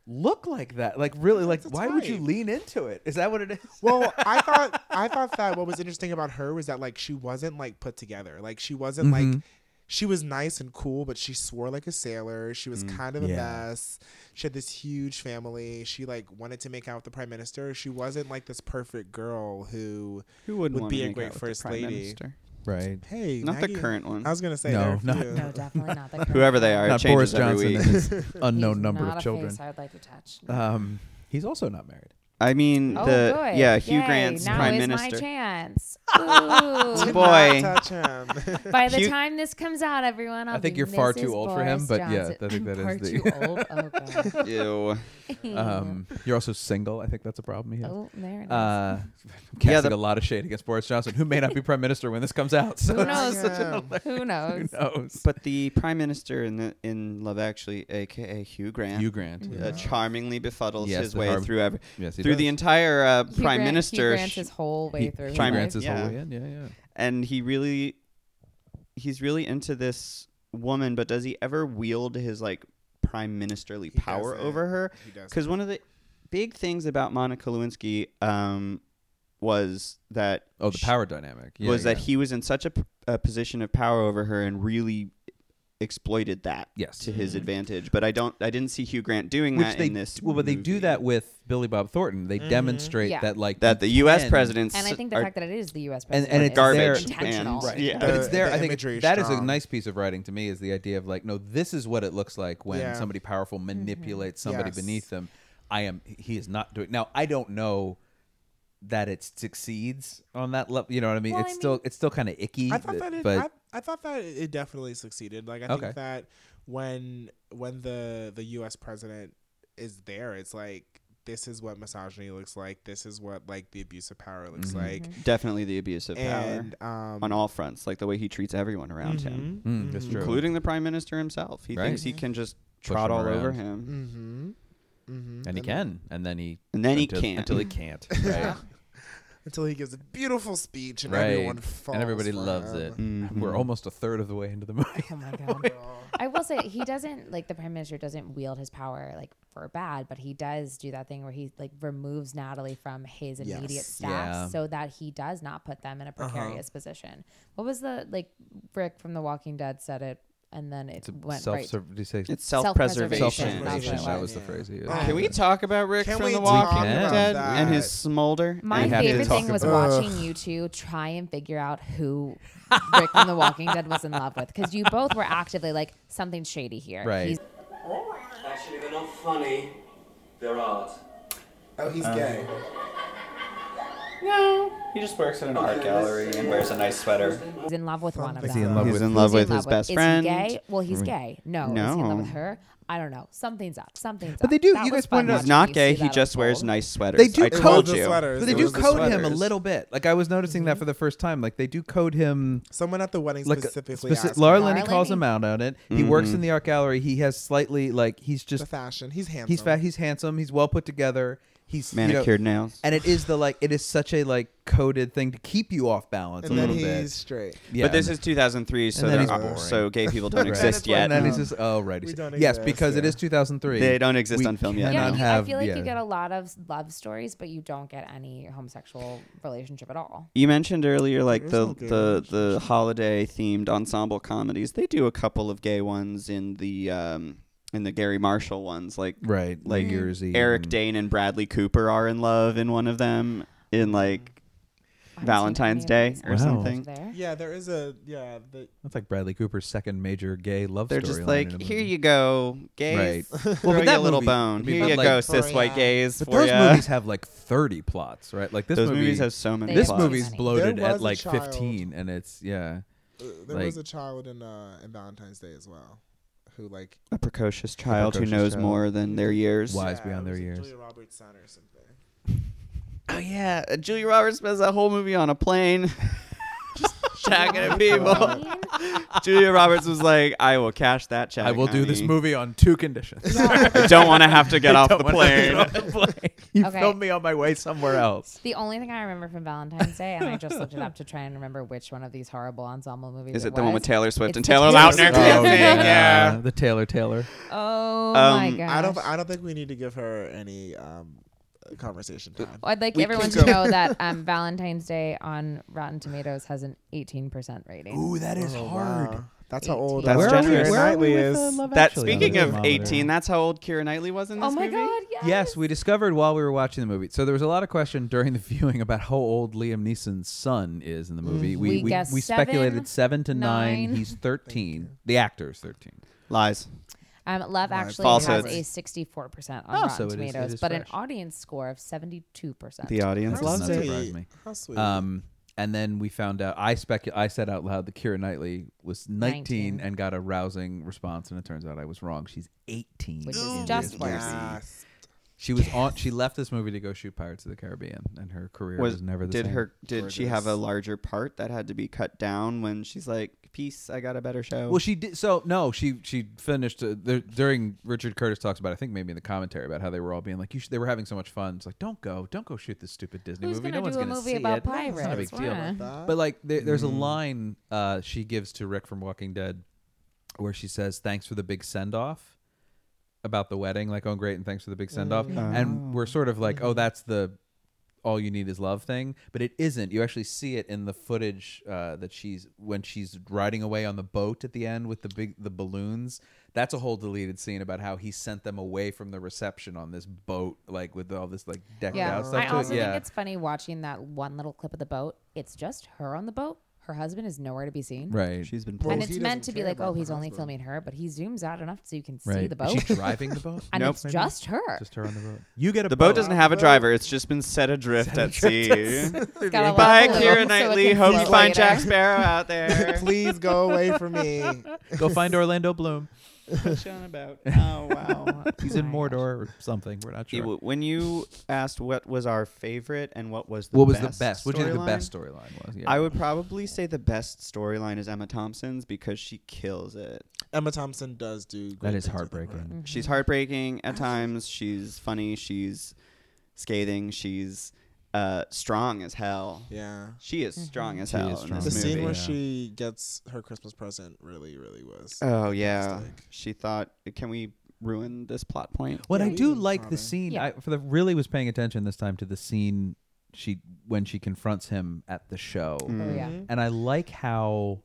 look like that like really like why would you type. lean into it is that what it is well, I thought I thought that what was interesting about her was that like she wasn't like put together. Like she wasn't like Mhm. she was nice and cool, but she swore like a sailor. She was kind of a Mm, Yeah. mess. She had this huge family. She like wanted to make out with the prime minister. She wasn't like this perfect girl who Who wouldn't would wanna be a make great out with the first prime lady. minister? Right. Hey, Not now the you- current one. I was gonna say No, there are a not- few. No, definitely not the current Whoever they are, it not Boris changes every Johnson and week. his unknown He's number not of a children. Face I'd like to touch. Um, he's also not married. I mean, Oh, Uh, the good. yeah, Hugh Yay, Grant's now prime is minister. my chance. Ooh. Boy. Not By the Hugh- time this comes out, everyone, I'll I think be you're far Mrs. too old for Boris him, but yeah, Johnson. I think that I'm is far the- too old. Oh god. Ew. Um, you're also single. I think that's a problem he has. Oh, there it is. Uh, I'm Yeah, casting the- a lot of shade against Boris Johnson, who may not be prime minister when this comes out. So Who it's knows? such an hilarious- Who knows? But the prime minister in the, in Love Actually, aka Hugh Grant, Hugh Grant, uh, yeah. charmingly befuddles Yes, his the way harm- through every Yes, he through the does. entire uh, Hugh prime Grant- Hugh minister. Grant's his whole way He- through his Prime life. Grant's his whole way in, yeah, yeah. And he really, he's really into this woman, but does he ever wield his like prime ministerly power doesn't. over her? He doesn't. Because one of the big things about Monica Lewinsky um, was that Oh, the sh- power dynamic. Yeah, was that yeah. he was in such a, p- a position of power over her and really exploited that Yes. to his advantage. But I don't, I didn't see Hugh Grant doing Mm-hmm. Which that they in this. well, but they do that with Billy Bob Thornton. They demonstrate Yeah. that like That you the U.S. can- presidents and I think the are- fact that it is the U.S. and, president and is it's there, intentional. Right. But it's there. I think that is a nice piece of writing to me is the idea of like, no, this is what it looks like when Yeah. somebody powerful manipulates somebody Yes. beneath them. I am. He is not doing. Now I don't know that it succeeds on that level. You know what I mean? Well, it's I still it's still kind of icky. I thought that it, but I, I thought that it definitely succeeded. Like I Okay. think that when when the the U.S. president is there, it's like this is what misogyny looks like. This is what like the abuse of power looks Mm-hmm. Mhm. like. Definitely the abuse of And, power um, on all fronts, like the way he treats everyone around him, Mhm. Mm, that's true. including the prime minister himself. He Right. thinks he Mhm. can just Push trot him all over around. him. Mm-hmm. Mm-hmm. and he can, and then he And then he until- can't. until he can't. Right. Until he gives a beautiful speech and Right. everyone falls. and everybody for loves him. it. Mm-hmm. We're almost a third of the way into the movie. Oh my god. I will say he doesn't like the prime minister doesn't wield his power like for bad, but he does do that thing where he like removes Natalie from his Yes. immediate staff Yeah. so that he does not put them in a Uh-huh. precarious position. What was the like Rick from The Walking Dead said it and then it went self right. Mm. It's self-preservation. Self-preservation, That's what it that was the phrase he used. Can we talk about Rick Can from we The Walking talk about Dead that? and his smolder? My We have to favorite talk thing was about it. watching you two try and figure out who Rick from The Walking Dead was in love with because you both were actively like something shady here. Right. He's Actually, they're not funny. They're art. Oh, he's Um, gay. No. He just works at an art gallery and wears a nice sweater. He's in love with one of them. Is he in love He's with- in love with in his best Is he friend? gay? Well, he's Mm. gay. No, Is he in love with No. her? I don't know. Something's up. Something's up. But they do. That you was guys fun pointed out watching he's not you see gay. that He just wears unfold. nice sweaters. They do I code told you. you. But they do code him a little bit. Like I was noticing Mm-hmm. that for the first time. Like they do code him. Someone at the wedding like, specifically asked Laura me. Linney Laura calls him Linney? out on it. He works Mhm. in the art gallery. He has slightly like he's just The fashion. He's He's handsome. fat. He's handsome. He's well put together. He's you know- Manicured nails. And it is the like it is such a like coded thing to keep you off balance And a then little bit. he's straight. Yeah. But this is 2003, so And then there he's are- boring. so gay people don't Right. exist yet. And then he's just oh right. We don't yes, exist, because it yeah. is 2003. They don't exist We on film yet, cannot no. Yeah, have- I feel like yeah. you get a lot of love stories, but you don't get any homosexual relationship at all. You mentioned earlier, like There's the no gay the, the holiday themed ensemble comedies. They do a couple of gay ones in the um, in the Gary Marshall ones, like Right, like New Year's Eve Mm. Eric Dane and Bradley Cooper are in love in one of them Mm. in like Valentine's Day or Wow. something. Yeah, there is a yeah. The, That's like Bradley Cooper's second major gay love They're story. just like, here you go, gays. Right. Throw but you that a little movie- bone. but Here you like- go, cis white gays. But for those ya." movies have like 30 plots, right? Like this Those movie, movies have so many This plots. movie's There bloated was at a like child. 15, and it's yeah. uh, there like, was a child in uh in Valentine's Day as well, who like a precocious child who precocious knows child. more than their years. Wise beyond their was years. Julia Roberts' son or something. Oh yeah, uh, Julia Roberts spends that whole movie on a plane, just shagging at people. Julia Roberts was like, "I will cash that check. I will do this honey. movie on two conditions. I don't want to have to get I off the don't wanna get plane. off the plane. You Okay. filmed me on my way somewhere else. The only thing I remember from Valentine's Day, and I just looked it up to try and remember which one of these horrible ensemble movies. Is it, it the one with was. Taylor It's Swift and the Taylor Taylor Lautner? Swift. Oh, Yeah. yeah. Uh, the Taylor Taylor. Oh my Um, gosh! I don't. I don't think we need to give her any um conversation Uh, time. Well, I'd like We everyone can to go- know that um, Valentine's Day on Rotten Tomatoes has an 18% rating. Ooh, that is Oh, hard. wow. That's how old. That's uh, generous. Keira Knightley is. That speaking the of thermometer? 18, that's how old Kira Knightley was in Oh this my movie. god! Yeah. Yes, we discovered while we were watching the movie. So there was a lot of question during the viewing about how old Liam Neeson's son is in the movie. Mhm. Mm-hmm. We We we, guessed we speculated seven seven, to nine. nine. He's thirteen. The actor is thirteen. Lies. Um, Love Right. actually Falsehoods. has a 64% on Oh, Rotten so it is- it Tomatoes, is but an fresh. audience score of 72%. The audience That does loves not it. surprise me. How sweet. Um, and then we found out. I specu- I said out loud that Kira Knightley was 19, 19. and got a rousing response, and it turns out I was wrong. She's 18. Which is in just this fine. movie. Yes. She was on. She left this movie to go shoot Pirates of the Caribbean, and her career was, never the did same. her did she have a larger part that had to be cut down when she's like, "Peace, I got a better show." Well, she did. So no, she she finished uh, there, during Richard Curtis talks about. I think maybe in the commentary about how they were all being like, you should, they were having so much fun. It's like, don't go, don't go shoot this stupid Disney Who's movie. no gonna one's do a gonna movie see about it. No, it's not a pirates? big deal. Why? But like, there, there's a Mm. line uh, she gives to Rick from Walking Dead, where she says, "Thanks for the big send off." About the wedding, like, oh great, and thanks for the big send off. Mm. And we're sort of Mm. like, oh, that's the all you need is love thing, but it isn't. You actually see it in the footage uh, that she's when she's riding away on the boat at the end with the big the balloons. That's a whole deleted scene about how he sent them away from the reception on this boat, like with all this like decked Yeah. out stuff. to I it. also yeah. think it's funny watching that one little clip of the boat. It's just her on the boat. Her husband is nowhere to be seen. Right. She's been and poisoned. it's He meant to doesn't be care like, about oh, her he's only filming her, but he zooms out enough so you can see Right. the Is boat. she driving the boat? and Nope, it's maybe? just her. Just her on the boat. You get a the boat boat. doesn't have a driver. It's just been set adrift at sea. got a lot of Bye, balloons, so Kira it Knightley. can Hope you float find later. Jack Sparrow out there. Please go away from me. Go find Orlando Bloom. What's she on about? Oh wow. He's in Mordor or something. We're not sure. You- When you asked what was our favorite and what was the What was best the best? What do you think the storyline, best storyline was? Yeah. I would probably say the best storyline is Emma Thompson's because she kills it. Emma Thompson does do. Great That things is with heartbreaking. her. She's Mm-hmm. heartbreaking at times. She's funny. She's scathing. She's uh, strong as hell. Yeah. she is strong as Mm-hmm. She is hell. in strong. The this scene movie. where she gets her Christmas present really, really was. Oh yeah, fantastic. she thought. Can we ruin this plot point? What I we do didn't like the bother. scene. Yeah. I for the really was paying attention this time to the scene she when she confronts him at the show. Oh, yeah. And I like how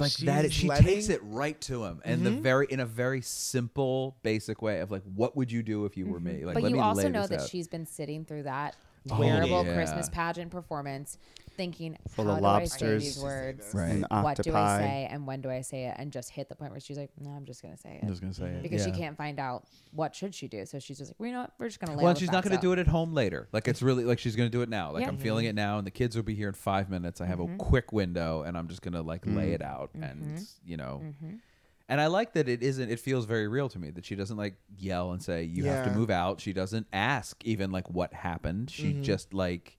like that She's she letting- takes it right to him and the Mhm. very in a very simple basic way of like what would you do if you were me? Like Mm-hmm. but let you me also lay know this that out. she's been sitting through that Oh, wearable yeah. Christmas pageant performance, thinking Full how of do I lobsters say these words, Right. and What do I octopi. say and when do I say it? And just hit the point where she's like, no, I'm just gonna say it. I'm just gonna say it, because yeah. she can't find out what should she do. So she's just like, well, you know what? We're just gonna. Lay Well, all and the she's not facts going to out." do it at home later. Like it's really like she's going to do it now. Like Yeah. I'm feeling it now, and the kids will be here in five minutes. I have a Mhm. quick window, and I'm just going to like lay Mhm. Mm-hmm. it out, and Mhm. you know. Mhm. And I like that it isn't. It feels very real to me that she doesn't like yell and say you have Yeah. to move out. She doesn't ask even like what happened. She Mm-hmm. Mhm. just like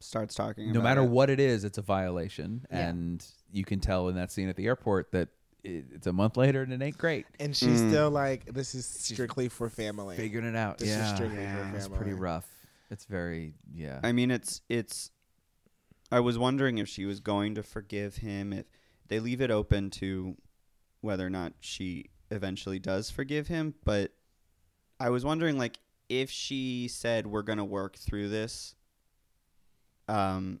starts talking. No about matter it. what it is, it's a violation, Yeah. and you can tell in that scene at the airport that it, it's a month later and it ain't great. And she's still like, this is strictly for family. figuring it out. This yeah, is strictly for family. it's pretty rough. It's very yeah. I mean, it's it's. I was wondering if she was going to forgive him. If they leave it open to whether or not she eventually does forgive him, but I was wondering, like, if she said we're gonna work through this, um,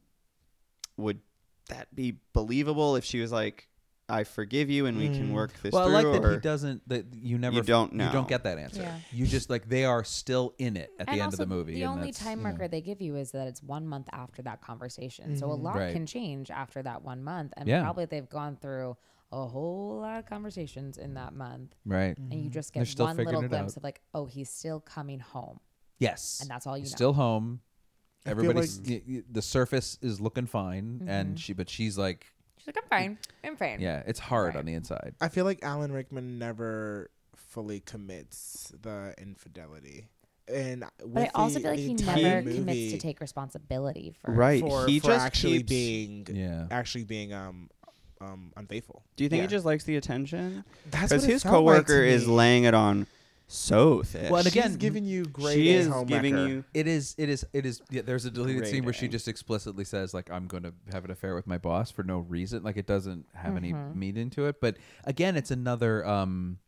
would that be believable? If she was like, "I forgive you, and we Hmm. can work this well, through," I like that he or- doesn't. That you never. You don't You know. don't get that answer. Yeah. You just like they are still in it at the And end of the also, movie. The and only that's- time yeah. marker they give you is that it's one month after that conversation. So a Mhm. lot Right. can change after that one month. And Yeah. probably they've gone through a whole lot of conversations in that month. Right. And you just They're get still one figuring little it glimpse out. of like, oh, he's still coming home. Yes. And that's all you He's know. Still home. I feel Everybody's y- y- the surface is looking fine, Mhm. and she but she's like She's like, I'm fine. I'm fine. yeah, it's hard on the inside. I feel like Alan Rickman never fully commits the infidelity. And But I with also the feel like he entire never movie- commits to take responsibility for Right, For, he for just actually keeps- being yeah. actually being um um unfaithful. Do you think Yeah. he just likes the attention? That's what it his felt like to coworker is me. laying it on so thick. Well, and She's again, giving you grade She A is homework. giving Wrecker. you. It is. It is. It is. Yeah, there's a deleted scene where she Grating. just explicitly says like, "I'm going to have an affair with my boss for no reason." Like it doesn't have Mhm. any meat into it. But again, it's another. um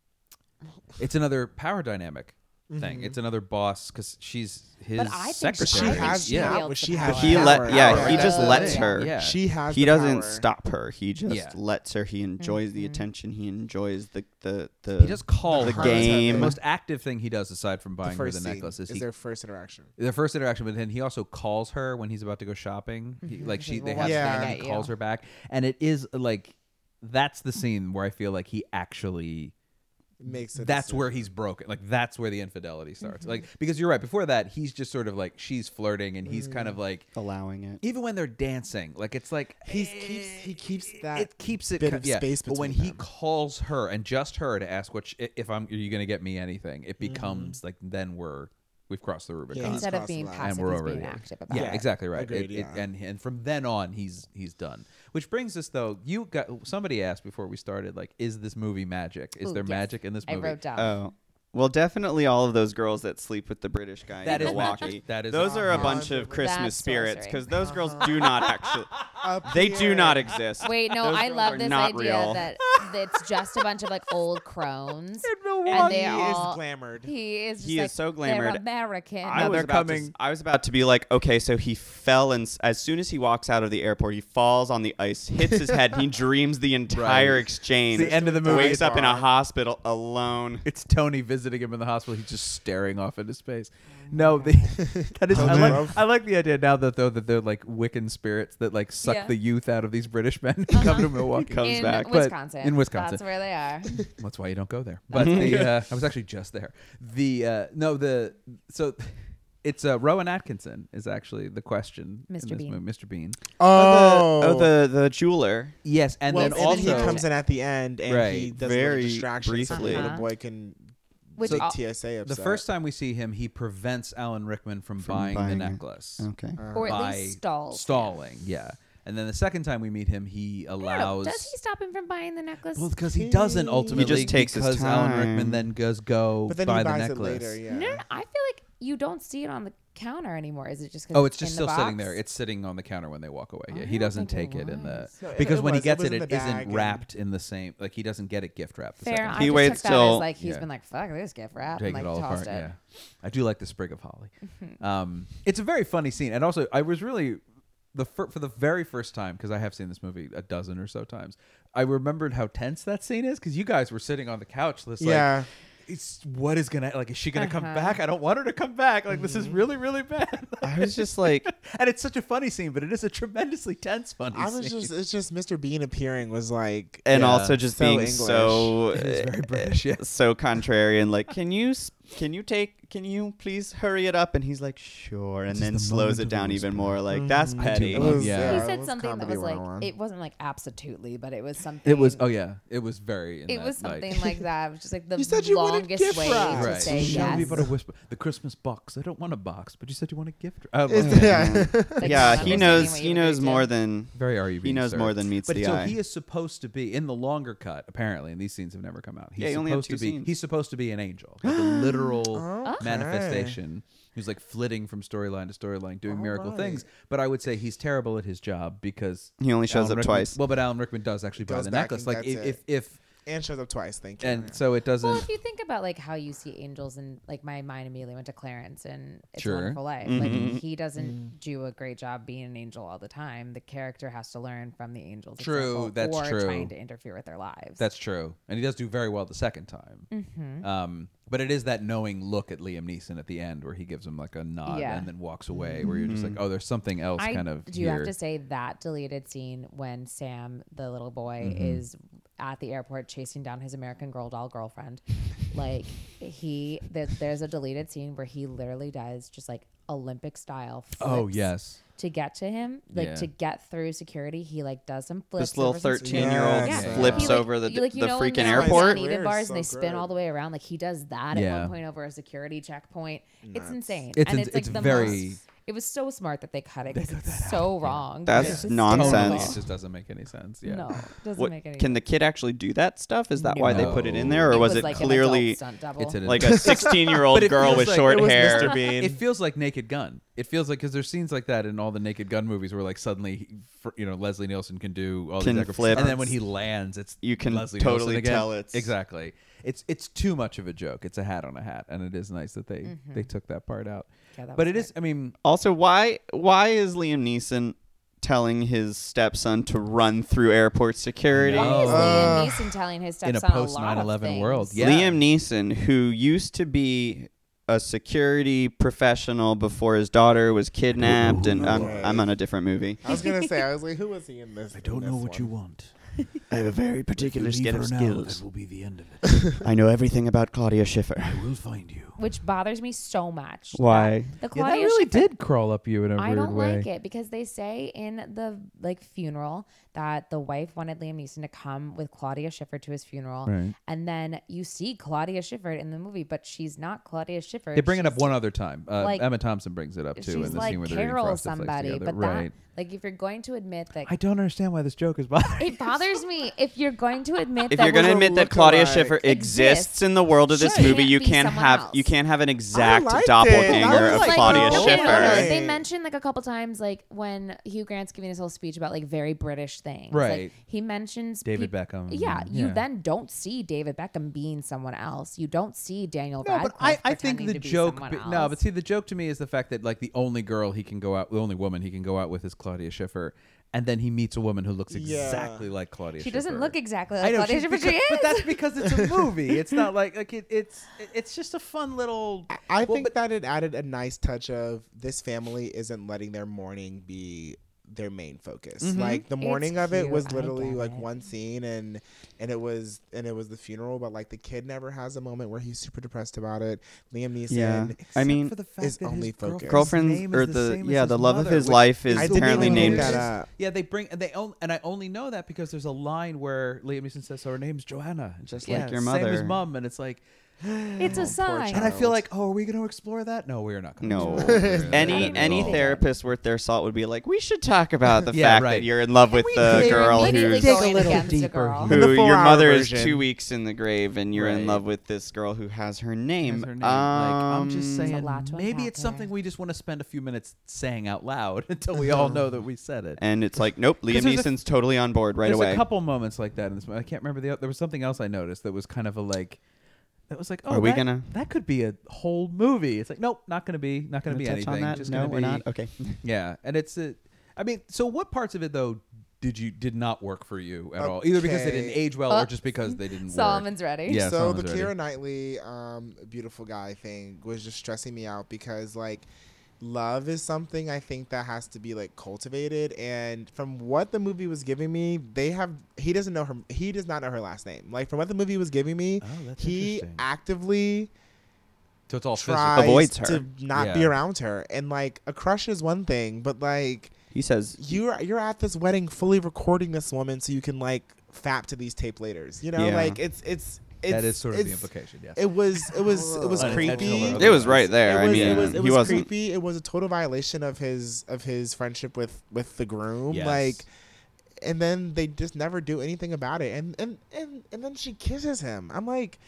It's another power dynamic thing. Mhm. It's another boss because she's his But I think she- I secretary. think She has she yeah. wields But the she has But he let, yeah, he just Yeah. lets her. Yeah. He doesn't stop her. He just Yeah. lets her. He enjoys the attention. He enjoys the the the. He just calls the her. game. The most active thing he does aside from buying her first the scene necklace is, is he, their first interaction. Their first interaction, but then he also calls her when he's about to go shopping. He, Mhm. like He's she, like, they "Well, have what's yeah. gonna and get he calls you?" her back, and it is like that's the scene where I feel like he actually Makes a That's where he's broken. Like that's where the infidelity starts. Mm-hmm. Like because you're right. Before that, he's just sort of like she's flirting, and he's Mm. kind of like allowing it. Even when they're dancing, like it's like He keeps he keeps that it keeps it bit ki- of yeah, space But between when he calls her and just her to ask what she, i- if I'm are you going to get me anything, it Mm-hmm. becomes like then we're we've crossed the Rubicon Yeah, he's Instead of crossed the being line. passive, and we're he's over being it. active about yeah, it. exactly right. Agreed, It- it- yeah. and and from then on he's he's done. Which brings us though, you got somebody asked before we started like is this movie magic? Is Ooh, there yes. magic in this I movie? wrote down. Oh. Well, definitely all of those girls that sleep with the British guy That in is magic. Milwaukee. That is those are a magic. bunch of That's Christmas spirits sorcery. because those girls do not actually. they do Appear. not exist. Wait, no, Those I girls love are this not idea real. that it's just a bunch of like old crones. Milwaukee. and they He is all glamored. He is. Just He like, is so "They're glamored. American. I was about To, I was about to be like, okay, so he fell, and s- as soon as he walks out of the airport, he falls on the ice, hits his head, and he dreams the entire Right. exchange. It's the end of the movie. Wakes up in a Bar. hospital alone. It's Tony visiting him in the hospital. He's just staring off into space. Mm-hmm. No, the, that is. Oh, I man. like, I like the idea now that though that they're like Wiccan spirits that like suck Yeah. Uh-huh. the youth out of these British men who come to Milwaukee. in But- Wisconsin. in Wisconsin. That's where they are. That's why you don't go there. But the, uh, I was actually just there. The uh, no the so it's uh, Rowan Atkinson is actually the question. in Mr. this Bean. movie. Mr. Bean. Oh. Oh, the, the jeweler. Yes, and Well, then and also he comes in at the end and he Right. does a Very little distraction briefly. so the Uh-huh. little boy can Which make al- TSA upset. the first time we see him, he prevents Alan Rickman from, From buying, buying it. the necklace. Okay. Or at By least stalls him. Stalling, yeah. And then the second time we meet him, he I don't know, allows. Does he stop him from buying the necklace? Well, because he doesn't ultimately. takes his because Alan time. Rickman then goes go But then he buy the buys it necklace. later, yeah. No, no, no, I feel like you don't see it on the counter anymore. Is it just? 'cause Oh, it's in just the still sitting box? there. It's sitting on the counter when they walk away. Yeah, I he don't doesn't think take it in the No, it- because it when was- he gets it was it, in it the bag isn't and- wrapped in the same. Like he doesn't get it gift wrapped. The Fair. second I time. just waits took that as, like he's been like fuck this gift wrap Take and like it all tossed apart. it. Mm-hmm. Yeah, I do like the sprig of holly. um, it's a very funny scene, and also I was really the fir- for the very first time because I have seen this movie a dozen or so times. I remembered how tense that scene is because you guys were sitting on the couch, this Yeah. like it's, what is gonna like? Is she gonna come Uh-huh. back? I don't want her to come back. Like this is Mm-hmm. really really bad. I was just like, and it's such a funny scene, but it is a tremendously tense funny. I scene. was just it's just Mr. Bean appearing was like and Yeah. also just So being English. so It is very uh, British, yeah. so contrarian. Like, can you s- can you take can you please hurry it up? And he's like, sure, and then slows it down even more. Like that's Mhm. I do petty. love It was- that. he Yeah, said what's something that comedy was like 101? it wasn't like absolutely, but it was something. It was oh yeah, it was very. In it that, was something like, that. It was just like the You said you wanted longest gift way wraps. to Right. say Shall yes. we But a whisper, the Christmas box. I don't want a box, but you said you want a gift. Oh, I Is love that- that. Yeah. Like, Yeah, not he understanding knows- what you he agreed knows to. more than- very E are you he being knows served. more than meets but the so eye. he is supposed to be in the longer cut. Apparently, and these scenes have never come out. He's Yeah, you supposed only have to be. two scenes. He's supposed to be an angel, like a literal Okay. manifestation. Who's like flitting from storyline to storyline, doing miracle right. things. But I would say he's terrible at his job because He only shows Alan up Rickman- twice. Well, but Alan Rickman does actually buy goes the back and necklace. Like that's if, it. if if and shows up twice. Thank you. and so it doesn't. Well, if you think about like how you see angels and like my mind immediately went to Clarence and It's a Sure. Wonderful Life. Mhm. Mm-hmm. Like he doesn't Mm. do a great job being an angel all the time. The character has to learn from the angels. True, example that's or true. Trying to interfere with their lives. That's true, and he does do very well the second time. Mhm. Um, but it is that knowing look at Liam Neeson at the end where he gives him like a nod Yeah. and then walks away, where you're just Mm-hmm. like, oh, there's something else I kind of do have here. to say that deleted scene when Sam, the little boy, Mhm. is at the airport chasing down his American Girl doll girlfriend. like he, there, there's a deleted scene where he literally does just like Olympic style. Flips Oh, yes. To get to him, like Yeah. to get through security, he like does some flips. little over some 13-year-old screens. Yeah. flips He, like- over the- you, like, you the know when freaking they're on airport? uneven Weird, bars so and they spin good. all the way around. Like he does that at Yeah. one point over a security checkpoint. It's Nuts. insane, It's and ins- it's like it's the very- most it was so smart that they cut it because it's so wrong. That's It's just nonsense. terrible. It just doesn't make any sense. Yeah. No, doesn't What- make any Can the kid actually do that stuff? Is that why they put it in there, or It was, was it like an adult clearly stunt double. It's like a But sixteen-year-old it girl feels with like- short it was hair? Mr. Bean. It feels like Naked Gun. It feels like because there's scenes like that in all the Naked Gun movies where like suddenly, he- for- you know, Leslie Nielsen can do all Can these acro- flip. and then when he lands, it's You can Leslie totally Nielsen again. tell it's- exactly. It's it's too much of a joke. It's a hat on a hat, and it is nice that they Mhm. they took that part out. Mm-hmm. Yeah, that but was it is. I mean, Also, why why is Liam Neeson telling his stepson to run through airport security? Why is Liam Neeson telling his in a stepson a, post lot of 9/11 things? world, Oh, yeah. Liam Neeson, who used to be a security professional before his daughter was kidnapped, and I'm, I'm on a different movie. I was gonna say, I was like, who was he in this? I don't know what you want. I have a very particular leave set of her now, skills. that will be the end of I know everything about Claudia Schiffer. I will find you. which bothers me so much. Why? The Yeah, that Claudia really Schiffer- did crawl up you in a I weird don't way. like it because they say in the like funeral that the wife wanted Liam Neeson to come with Claudia Schiffer to his funeral, Right. and then you see Claudia Schiffer in the movie, but she's not Claudia Schiffer. They bring it She's- up one other time. Uh, like- Emma Thompson brings it up too she's in the like scene where they're eating Carol Frosted Flakes somebody, together. but right. that like if you're going to admit that I don't understand why this joke is bothering. It bothers me if you're going to admit If that you're going to we're admit that look- Claudia alike. Schiffer Exists. exists in the world of this Sure. movie, Can't you be can't someone have else. you can't have an exact liked it. doppelganger of Like, Claudia no, Schiffer. no, no. They mentioned like a couple times like when Hugh Grant's giving his whole speech about like very British things. Like, Right. he mentions David peop- Beckham Yeah, and- you yeah. then don't see David Beckham being someone else. You don't see Daniel No, Radcliffe. but I, I think pretending the to be joke. someone be- else. no, but see, the joke to me is the fact that like the only girl he can go out, the only woman he can go out with is Claudia Schiffer, and then he meets a woman who looks Yeah. exactly like Claudia. she Schiffer. doesn't look exactly I like know, Claudia she's Schiffer. because- she is. but that's because it's a movie. It's not like like it, it's it's just a fun little. I think that it added a nice touch of this family isn't letting their mourning be their main focus. Mm-hmm. Mhm. Like the It's mourning of it cute. was I literally get like it. one scene and and it was and it was the funeral, but like the kid never has a moment where he's super depressed about it. Liam Neeson Yeah, I mean, is only focused. girlfriends or the, yeah the love of his life is apparently named. Yeah, they bring and they on, and I only know that because there's a line where Liam Neeson says, "Her name's Joanna, Just Yeah, like your same as mother. mum," and it's like, It's a poor sign. And I feel child. like, oh, are we going to explore that? No, we are not. Going No, to explore that any at any all. therapist worth their salt would be like, we should talk about the Yeah, fact right. that you're in love with the They were girl immediately who's going against the girl. who The your four-hour mother is version. two weeks in the grave, and you're in love with this girl who has her name. Her name, like, I'm just Um, saying, maybe it's something we just want to spend a few minutes saying out loud until we Uh-huh. all know that we said it. And it's like, nope, 'Cause Liam there's a- Neeson's totally on board right There's away. a couple moments like that in this. mo- I can't remember the. o- There was something else I noticed that was kind of a like. That was like, oh, Are we that- gonna- That could be a whole movie. It's like, nope, not gonna be, not gonna, Gonna be touch on anything. that? Just No, gonna we're be- not? Okay. Yeah, and it's a. I mean, so what parts of it though did you did not work for you at all, either because they didn't Okay. age well Oh. or just because they didn't. Solomon's work. ready. Yeah, so the Solomon's ready. Kira Knightley um, beautiful guy thing was just stressing me out because like love is something I think that has to be like cultivated and from what the movie was giving me, they have he doesn't know her he does not know her last name. Like from what the movie was giving me, Oh, that's he actively So it's all physical. tries Avoids her. to not be Yeah. around her. And like a crush is one thing, but like He says you're you're at this wedding fully recording this woman so you can like fap to these tape laters. You know, Yeah. like it's it's it's That is sort of the it's- implication, yes. It was it was it was Unintentional creepy. or It was right there, It I was- mean, it was, it he was wasn't- creepy. It was a total violation of his of his friendship with with the groom. Yes. Like and then they just never do anything about it. And and and, and then she kisses him. I'm like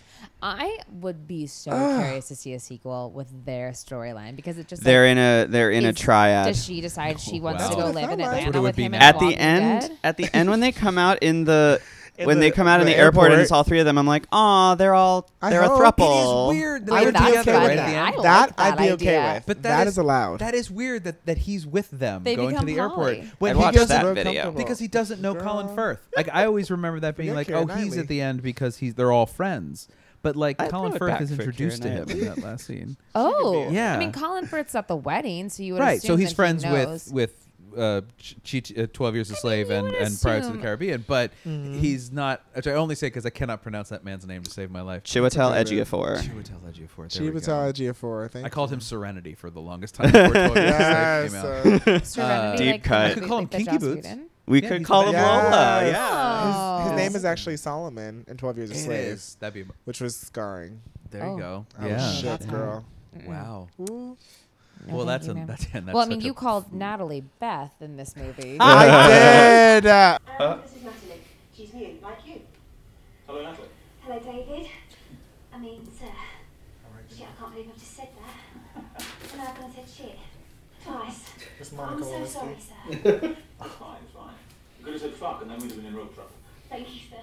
I would be so Ugh. curious to see a sequel with their storyline because it just They're like, in a- they're in a is- triad. Does she decide Oh, she wants to Wow. go live in That's what it Atlanta would with be him? now. and at the Walking end, Dead? at the end when they come out in the In when they the- come out in the the airport, and airport. it's all three of them, I'm like, oh, they're all I they're a hope. throuple. I would be okay right at the with that. end. I That like I'd that be okay idea. with. But that that is- is allowed. That is weird that, that he's with them They going to become the airport Polly. when I'd he watch goes that real video. comfortable. because he doesn't know Colin Firth. Like I always remember that being Forget like, Keira oh, he's Knightley. at the end because he's they're all friends. But like I'd Colin throw it Firth back is for Keira introduced to him in Knightley. that last scene. Oh, Yeah. I mean, Colin Firth's at the wedding, so you would right. Assume So he's that he friends knows. with with uh, Ch- Ch- uh, Twelve Years a Slave and, and Pirates of the assume- Caribbean, but Mhm. he's not. Which I only say because I cannot pronounce that man's name to save my life. Chiwetel Ejiofor. Chiwetel Ejiofor. There we go. Chiwetel Ejiofor, thank I called him Serenity for the longest time. Before 12 Years a Slave Yes, came out. uh, Serenity, Deep like We the cut. movie could call him with the Kinky Joss Boots. Whedon? We could call him Lola. Yes. Yeah. His, his Oh. name is actually Solomon in Twelve Years a It Slave. is. That'd be- which was scarring. There you Oh. go. Oh, Yeah. shit, That's girl. how- Wow. Mm. Ooh. No, Well, thank that's you, a- ma'am. that's- and well. I that's mean, such a you called Natalie Beth in this movie. Ah. I did. Uh, This is Natalie. She's new, like you. Hello, Natalie. Hello, David. I mean, sir. Shit, I can't believe I've just said that. And I've gone and said shit. Twice. It's I'm Monica so Lewinsky. sorry, sir. fine, fine. You could have said fuck and then we'd have been in real trouble. Thank you, sir.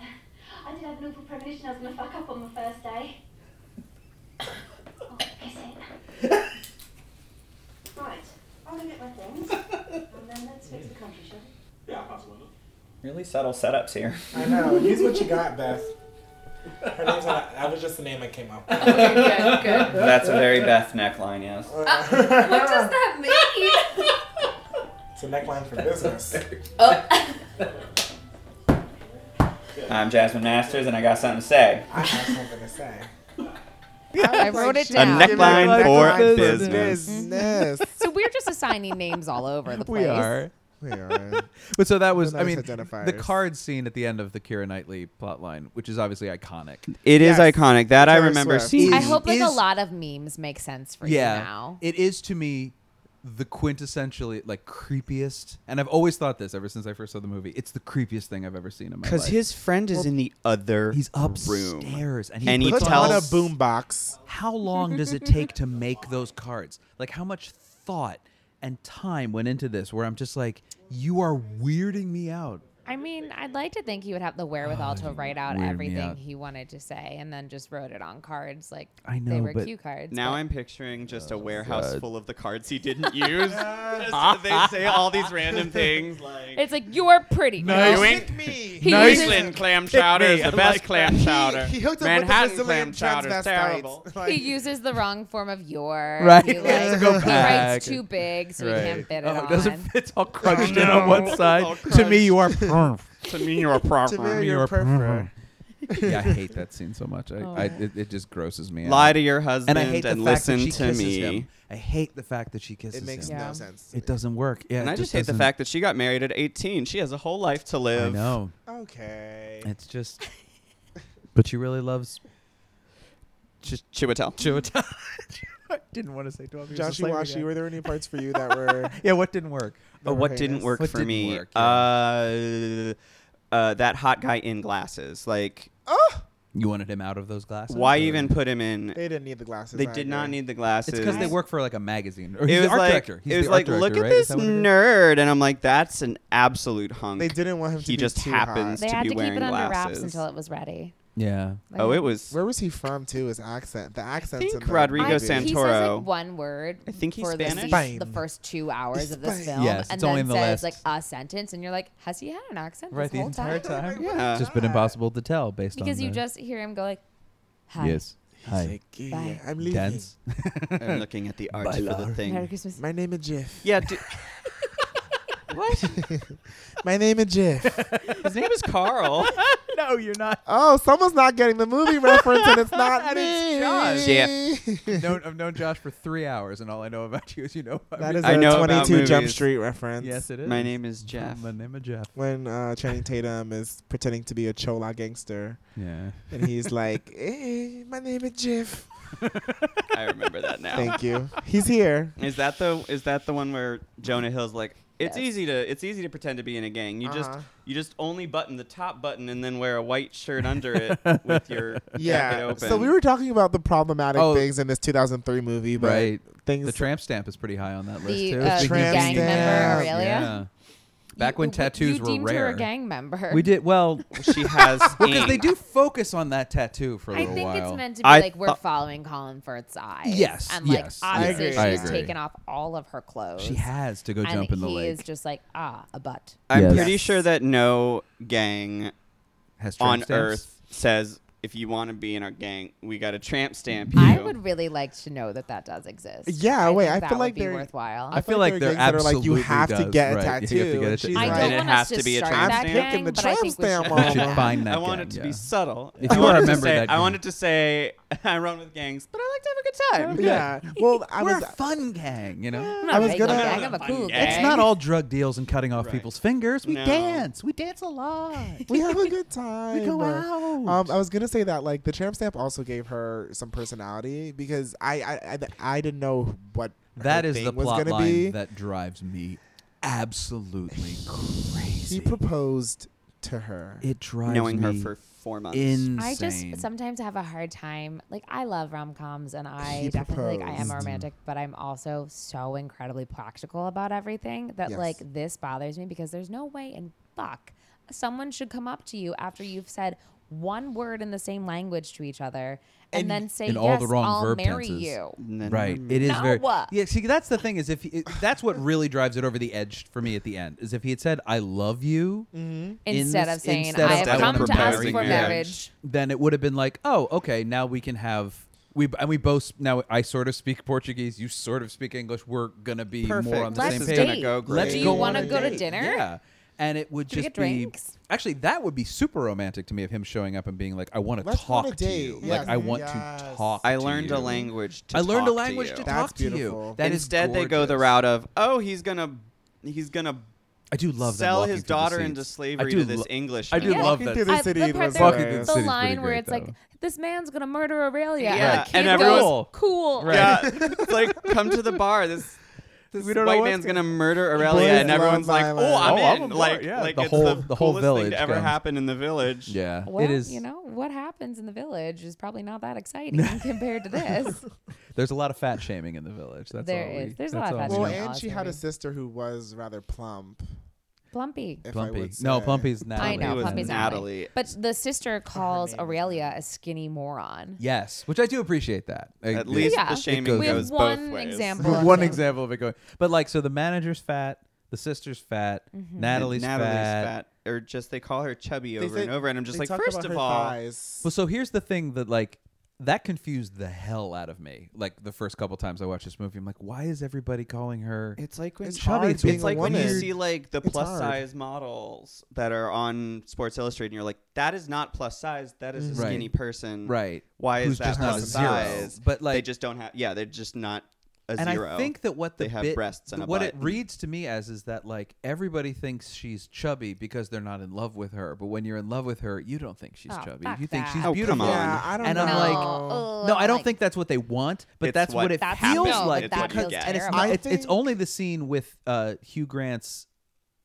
I did have an awful premonition I was going to fuck up on my first day. oh, piss it. right. I'll go get my things. And then let's fix the country, shall we? Yeah, I'll pass the window. really subtle setups here. I know. Use what you got, Beth. Her name's not. That was just the name I came up with. good, good. That's a very Beth neckline, yes. what does that mean? It's a neckline for business. I'm Jasmine Masters, and I got something to say. I have something to say. I wrote it A down. neckline Neckline for for business. business. so we're just assigning names all over the place. We are. We are. But so that was, They're I mean, nice the identifiers. card scene at the end of the Kira Knightley plotline, which is obviously iconic. It is iconic. That I remember seeing. I hope like a Is- lot of memes make sense for you now. It is to me the quintessentially like creepiest, and I've always thought this ever since I first saw the movie. It's the creepiest thing I've ever seen in my life. Because his friend is in the other He's room. upstairs, and he, and he puts tells on a boombox. How long does it take to make those cards? Like how much thought and time went into this? Where I'm just like, you are weirding me out. I mean, I'd like to think he would have the wherewithal to write out Oh, weird me everything out. he wanted to say, and then just wrote it on cards like I they know, were but cue cards. Now but- I'm picturing just a warehouse God. full of the cards he didn't use. Just- they say all these random things like It's like you are pretty. Nice. girl." Pick He was me. Nice. in- Iceland clam chowder is the best clam chowder. He hooked up Manhattan with the clam Brazilian chowder is terrible. transvestites. Like, he uses the wrong form of your. Right. He, like, Has to go he back. writes too big, so Right. he can't fit it Oh, on. it doesn't fit. It's all crunched Oh, in on no. one All side. To me, you are. perf. To me, you are perf. To me, You you're are perf. perf. yeah, I hate that scene so much. I, Oh. I it, it just grosses me out. Lie to your and, I husband hate the and fact that listen she to kisses me. him. I hate the fact that she kisses him. makes no Yeah. sense It doesn't work. Yeah, and it I just, hate the doesn't- fact that she got married at 18. She has a whole life to live. know. okay. It's just. But she really loves Ch- Chiwetel. Chiwetel. I didn't want to say 12 years a Joshua slave Washi, again. were there any parts for you that were? Yeah, what didn't work? that Oh, were what didn't heinous? work What for didn't me? work, Uh, uh, that hot guy in glasses. Like, You wanted him out of those glasses. why or- even put him in? They didn't need the glasses. They I did not agree. need the glasses. It's because they work for like a magazine. Or it he's was the art like, director. He's it was the like, art director, look at right? Is this that what it is? nerd, and I'm like, that's an absolute hunk. They didn't want him to He be just too hot. happens They to had be to keep wearing it under glasses. wraps until it was ready. Yeah. Oh, it was. Where was he from too? His accent. The accent. think Rodrigo I- Santoro. He says like one word. I think he's for the, Spanish. se- the Spain. first two hours of this film, Yes, and it's then only in the says last- like a sentence, and you're like, "Has he had an accent Right, this the whole entire time. Yeah. It's just been impossible to tell based on Uh-huh. Because you the- just hear him go like, "Hi." Yes. Hi. Bye. I'm leaving. Dance. I'm looking at the art for the Bailar. thing. Merry Christmas. My name is Jeff. Yeah. Do, My name is Jeff. his name is Carl. no, you're not. Oh, someone's not getting the movie reference, and it's not And me. it's Josh. Jeff. known, I've known Josh for three hours, and all I know about you is you know. That is I a know about 22 Jump movies. Street reference. Yes, it is. My name is Jeff. My name is Jeff. When uh, Channing Tatum is pretending to be a Chola gangster. Yeah. And he's like, hey, my name is Jeff. I remember that now. Thank you. He's here. Is that the is that the one where Jonah Hill's like it's Yes. easy to it's easy to pretend to be in a gang. You just Uh-huh. you just only button the top button and then wear a white shirt under it with your jacket Yeah. open. So we were talking about the problematic Oh. things in this 2003 movie, but right. things The tramp stamp is pretty high on that The, list too. uh, The gang gang member stamp. Aurelia? Yeah. Back when tattoos you were deemed rare. her a gang member. We did well. She has because they ink. do focus on that tattoo for a I little think while. it's meant to be I like we're thought- following Colin Firth's eyes. Yes, and like yes, obviously yes. I she's agree. taken off all of her clothes. She has to go and jump in the he lake. is just like ah a butt. I'm Yes. pretty sure that no gang Has tramp on stamps? Earth says if you want to be in our gang, we got to tramp stamp you. I would really like to know that that does exist. Yeah, wait, think I that feel would like be they're- worthwhile. I feel like there there are things that are like, you absolutely have to does, get a right. You have to tattoo, get a and she's tattoo. I like- don't And it want has us to, to be a start tramp that stamp. gang, Picking the but I think tramp stamp we We should. should Yeah. find that. I want gang, it to yeah. be subtle. If I you wanna wanted to remember say- that I gang. wanted to say I run with gangs, but I like to have a good time. Yeah. Well, I We're uh, was a fun gang, you know. I'm not I was regular gonna- gang, I'm a cool gang. It's not all drug deals and cutting off Right. people's fingers. We No. dance. We dance a lot. we have a good time. We go or- out. Um, I was gonna say that like the tramp stamp also gave her some personality because I I, I, I didn't know what That her is the thing was plot gonna line be. that drives me absolutely he crazy. proposed to her. It drives Knowing her me for four months. Insane. I just sometimes have a hard time. Like I love rom coms, and I He definitely like I am proposed. a romantic, but I'm also so incredibly practical about everything that Yes. like this bothers me because there's no way in fuck someone should come up to you after you've said one word in the same language to each other and, And- then say in yes, all the wrong I'll verb marry tenses. you. Right. Mm-hmm. It is very. No. Yeah. See, that's the thing is if he, it- that's what really drives it over the edge for me at the end is if he had said "I love you" Mm-hmm. in Instead this- of saying, instead "I of, have "I come wanna to ask marry for you," marriage." then it would have been like, oh, okay, now we can have. We, and we both now. I sort of speak Portuguese. You sort of speak English. We're gonna be more Perfect. on the Let's same date. page. This is gonna go Let's great. Do go you want wanna go to dinner? Yeah, and it would Should we just get be drinks? actually that would be super romantic to me of him showing up and being like, I want to Let's go on talk a to you. date. Like I Yes. want to Yes. talk. I to learned a you." language to I learned a talk to language you. to, That's talk to you. beautiful. That is Instead, they go the gorgeous. route of, oh, he's gonna, he's gonna. I do love them sell walking his through the daughter seats. into I slavery do to this lo- English. I do man. love that. through the I, city the, was part that- Fucking good the city's pretty line where great, it's like though. this man's gonna murder Aurelia. Yeah. and, the kid And goes, everyone's- cool. Right. Yeah, it's like come to the bar. This this We don't know white what's man's gonna- gonna murder Aurelia, Boys and everyone's love like, "Oh, violence. I'm Oh, I'm in!" on board, like, yeah. like The it's whole- the, the whole coolest thing village to ever comes. happen in the village. Yeah, Well, it is. you know what happens in the village is probably not that exciting compared to this. There's a lot of fat shaming in the village. That's There all we, is. There's a that's lot of all fat we Well, know. shaming. and she had a Awesome. sister who was rather plump. Plumpy. If I would Plumpy. No, say. Plumpy's Natalie. I know was Plumpy's Natalie. Natalie, but the sister calls name is Aurelia a skinny moron. Yes, which I do appreciate that. I At do. least Yeah. the It shaming goes we goes have both one ways. example. of one it. example of it going. But like, so the manager's fat, the sister's fat, Mm-hmm. Natalie's, Natalie's fat. fat. or just they call her chubby They over said- and over, and I'm just they like, talk first about of her all, thighs. Well, so here's the thing that like that confused the hell out of me. Like the first couple times I watched this movie, I'm like, why is everybody calling her? It's like when It's it's, hard it's being a like when you woman. see like the It's plus hard. size models that are on Sports Illustrated, and you're like, that is not plus size. That is a Mm-hmm. Right. skinny person. Right. Why Who's is that just not plus a zero. size? But, they like- just don't have. Yeah, they're just not a and zero. I think that what the they have bit- breasts and a what butt. it reads to me as is that like everybody thinks she's chubby because they're not in love with her, but when you're in love with her, you don't think she's Oh, chubby. fuck You think that. she's Oh, come beautiful. on. Yeah, I don't and know. I'm like, Oh, no, I don't like- think that's what they want, but It's that's what what, it That's feels happened. like. It's what you because- get. and it's Terrible. not. I It's, it's think- only the scene with uh, Hugh Grant's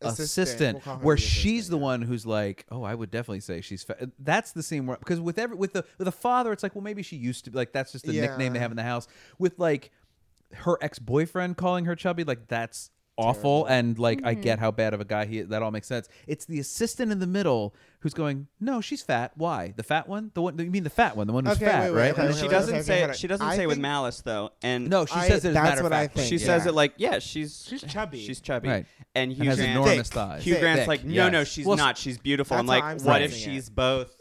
Assistant. assistant, We'll call her where the she's assistant, the yeah. one who's like, oh, I would definitely say she's. Fa-. That's the scene where because with every with the with the father, it's like, well, maybe she used to be like that's just the nickname they Yeah. have in the house. With like her ex boyfriend calling her chubby, like that's awful and like I Mhm. get how bad of a guy he is. That all makes sense. It's the assistant in the middle who's going, "No, she's fat. Why? The fat one? The one you mean the fat one, the one who's Okay, fat, wait, wait, right?" hold on, She hold on, doesn't okay, say- hold on. she doesn't I say with think- malice, though, and- No, she I- says it as a that's matter what of I fact. think, She says yeah. it like, yeah, she's- She's chubby. she's chubby. Right. And Hugh has Grant- enormous Thick. thighs. Hugh Grant's Thick, like, "No, yes. no, she's Well, not. She's beautiful." I'm that's like, how I'm "What if sensing she's both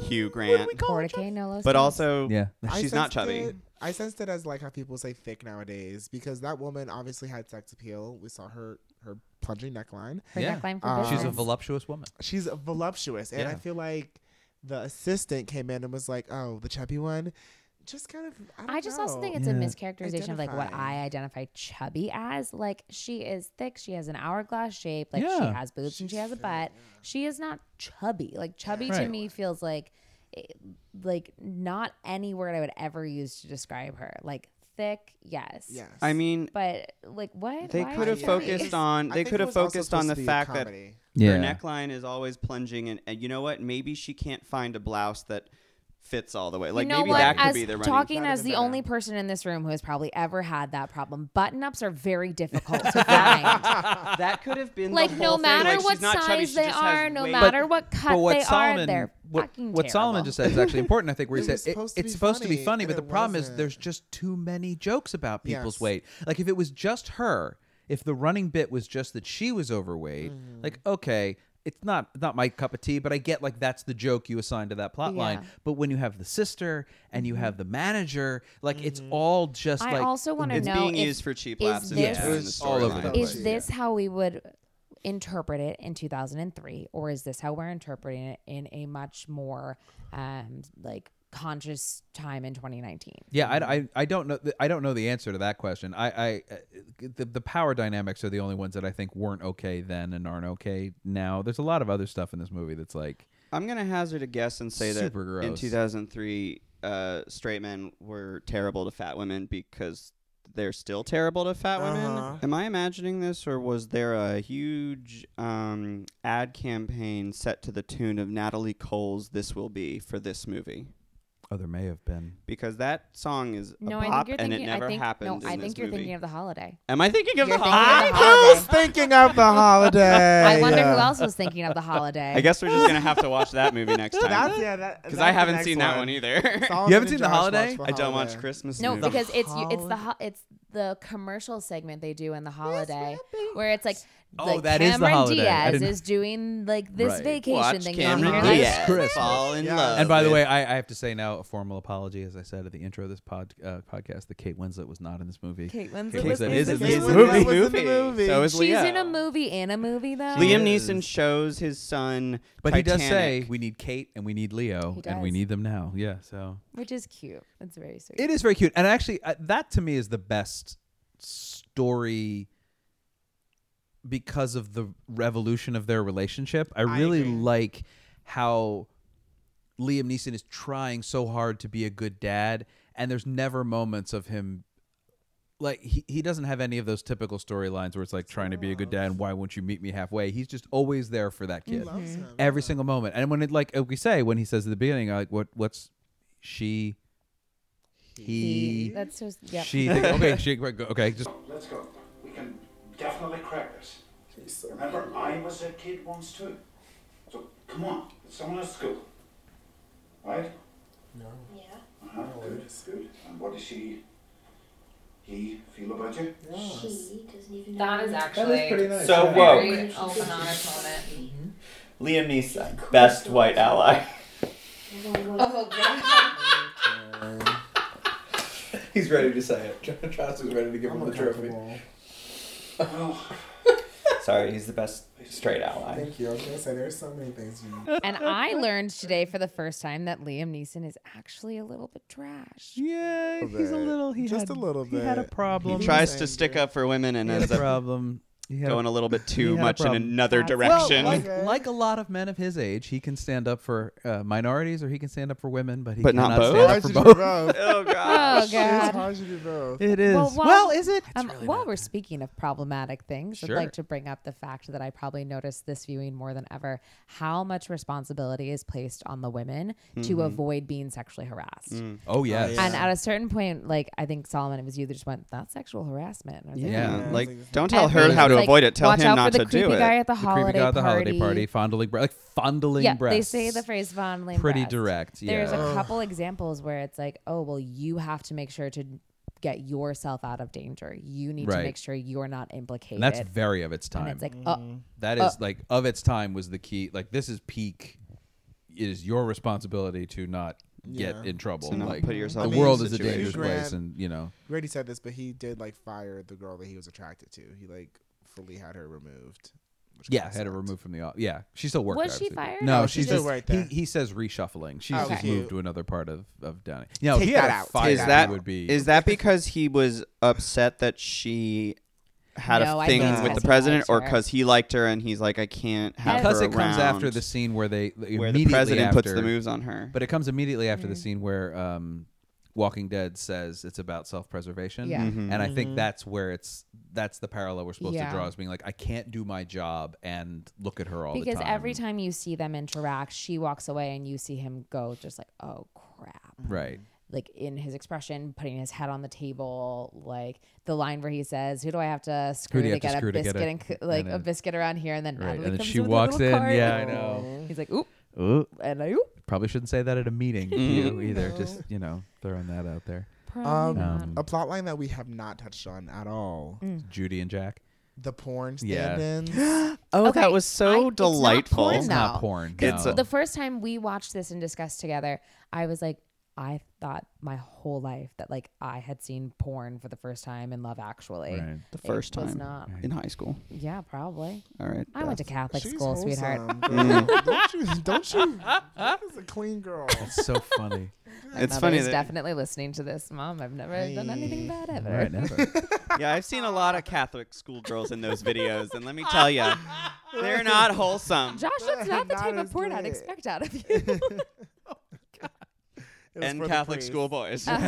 Hugh Grant, Porticay, no less. but than- also Yeah. I she's not sensed chubby?" it- I sensed it as like how people say thick nowadays because that woman obviously had sex appeal. We saw her her plunging neckline. Her Yeah. neckline for She's a voluptuous woman. She's a voluptuous, and I Yeah. feel like the assistant came in and was like, "Oh, the chubby one." Just kind of. I, don't I just Oh. also think know. it's a mischaracterization of like what I identify chubby as. Like she is thick, she has an hourglass shape, like she Yeah. has boobs and she has a butt. She is not chubby. Like chubby to Right. me feels like eh, like not any word I would ever use to describe her. Like thick, yes. Yes. I mean, but like what They Why could have is chubby? focused on. They could have focused on the fact that Yeah. her neckline is always plunging, and, and you know what? Maybe she can't find a blouse that fits all the way. Like you know maybe what? that could as be the running. talking as the only person in this room who has probably ever had that problem. Button ups are very difficult to find. that could have been the like whole no thing. matter Like, what she's not size chubby, she they just has are, no weight. matter what cut but what they Solomon, are, they're what, fucking what Solomon terrible. just said is actually important. I think where he It said was it- supposed to it's be supposed to be funny, funny, but and the it problem is wasn't. there's just too many jokes about people's Yes. weight. Like if it was just her, if the running bit was just that she was overweight, Mm-hmm. like okay. It's not not my cup of tea, but I get like that's the joke you assign to that plot line. Yeah. But when you have the sister and Mm-hmm. you have the manager, like it's all just I like also want to It's know being if- used for cheap is laughs and this- jokes in the It's all over the storyline. Is place. this how we would interpret it in 2003 or is this how we're interpreting it in a much more um like conscious time in 2019? Yeah, I, I, I don't know. I don't know the answer to that question. I, I uh, the, the power dynamics are the only ones that I think weren't okay then and aren't okay now. There's a lot of other stuff in this movie that's like I'm gonna hazard a guess and say Super that in gross. 2003, uh, straight men were terrible to fat women because they're still terrible to fat Uh-huh. women. Am I imagining this, or was there a huge um, ad campaign set to the tune of Natalie Cole's "This Will Be" for this movie? oh, there may have been. Because that song is No, a I pop think you're and thinking it never I think, happened. No, in I this think you're movie. thinking of the holiday. Am I thinking of You're the thinking of holiday? the holiday. thinking of the holiday. I wonder who uh, Yeah. else was thinking of the holiday. I guess we're just gonna have to watch that movie next time. That's- yeah, that- because that's I the haven't next seen that one. one either. Solomon You haven't and seen The Josh Holiday? watched The I don't watch Holiday. Christmas. No, movies. because it's you, it's the ho- it's the commercial segment they do in the holiday where it's like Oh, like that is the Cameron holiday. I Diaz didn't- is doing like this Right. vacation Watch thing. Cameron and you're Diaz. like, Yes. Christmas. Fall in love And by the with- way, I, I have to say now a formal apology, as I said at the intro of this pod, uh, podcast, that Kate Winslet was not in this movie. Kate Winslet was Winslet in is the in this movie. movie. Was in the movie. So is She's Leo. in a movie in a movie though. Liam Neeson shows his son, But he does say Titanic. we need Kate and we need Leo He and we does. need them now. Yeah, so which is cute. It's very sweet. It is very cute, and actually, uh, that to me is the best story because of the revolution of their relationship. I really like how Liam Neeson is trying so hard to be a good dad, and there's never moments of him. Like he, he doesn't have any of those typical storylines where it's like trying to be a good dad and why won't you meet me halfway? He's just always there for that kid loves him, every single moment. And when it like we say when he says at the beginning like what what's she he That's just- yep. she okay she okay just Let's go. We can definitely crack this. Remember, I was a kid once too. So come on, it's someone else school. Right? No. Yeah. Uh-huh. Good. Good. And what does she, he feel about you? She doesn't even know. That is actually So a woke. very open, honest moment. Liam Neeson, best white ally. He's ready to say it. Josh is ready to give him the trophy. Sorry, he's the best straight ally. Thank you. I was gonna say there's so many things you. and I learned today for the first time that Liam Neeson is actually a little bit trash. Yeah, he's a little. He just a little bit. He tries to stick up for women and He had ends a up problem. He had going a little bit he too had a much in problem. another Well, direction. like, like a lot of men of his age, he can stand up for uh, minorities or he can stand up for women, but he But not cannot both? stand Why up for should you both. both? Oh, Oh It's God! hard to do both. It is. Well, while, Well, is it? Um, while we're speaking of problematic things, Sure. I'd like to bring up the fact that I probably noticed this viewing more than ever how much responsibility is placed on the women to Mhm. avoid being sexually harassed. Mm. Oh, yes. And at a certain point, like I think Solomon, it was you that just went, "That's sexual harassment." And I was like, yeah, "Mm." like don't tell her Everything. how to like, avoid it, tell watch him out not for the to do creepy it. guy at the The creepy holiday guy at the party. holiday party, fondling, bre- like fondling yeah, breasts. they say the phrase fondling Pretty breasts. direct, There's yeah. a Ugh. couple examples where it's like, oh, well, you have to make sure to get yourself out of danger. You need to Right. make sure you're not and implicated. that's Mm. very of its time. And it's like, oh, that is oh, like of its time was the key. Like this is peak. It is your responsibility to not get Yeah. in trouble. To not like put yourself the in world that is a situation. dangerous Grant- place, and you know. We already said this, but he did like fire the girl that he was attracted to. He like fully had her removed. which Yeah, kinda had her sucked. removed from the office. Yeah, she still worked. Was there, she obviously, but- fired? No, Oh, No, she she's still just. worked he, there. he says reshuffling. She's Okay. just Cute. moved to another part of of Downey. No, if Take he had that a out. fire. Is he Oh, that would be? is that because he was upset that she had No, a I thing think it's with 'cause the he president, liked or her. because he liked her and he's like, I can't have because her it comes after around. the scene where they Where the immediately president puts the after- moves on her. But it comes immediately after the Mm. scene where um, Walking Dead says it's about self-preservation, Yeah. Mhm. and I Mhm. think that's where it's that's the parallel we're supposed Yeah. to draw is being like I can't do my job and look at her all because the time. every time you see them interact, she walks away and you see him go just like, oh crap. Right. Like in his expression, putting his head on the table, like the line where he says, "Who do I have to screw, do you to, have to get screw a to biscuit get a- and c- like and a a- biscuit around here?" And then Right, Natalie and then comes she in with a walks little in. cart. Yeah, I know. He's like, "Oop," Ooh, and I oop. probably shouldn't say that at a meeting to you either. Just you know, throwing that out there. Um, a plot line that we have not touched on at all. Judy and Jack. The porn Yeah. stand-ins. Oh, Okay, that was so I- it's not delightful. porn, though. It's a- the first time we watched this and discussed together, I was like, I thought my whole life that like I had seen porn for the first time in Love Actually. Right. The It first was time. not. In high school. Yeah, probably. All right, I went to Beth. Catholic She's school, sweetheart. wholesome, girl. Mm. don't you? Don't you? That is a clean girl. It's so funny. My It's mother funny is that- definitely listening to this, mom. I've never done anything bad ever. Right, never. yeah, I've seen a lot of Catholic schoolgirls in those videos, and let me tell you, they're not wholesome. Josh, that's not the Not type as of porn I'd lit. expect out of you. It was And for the Catholic priest. schoolboys.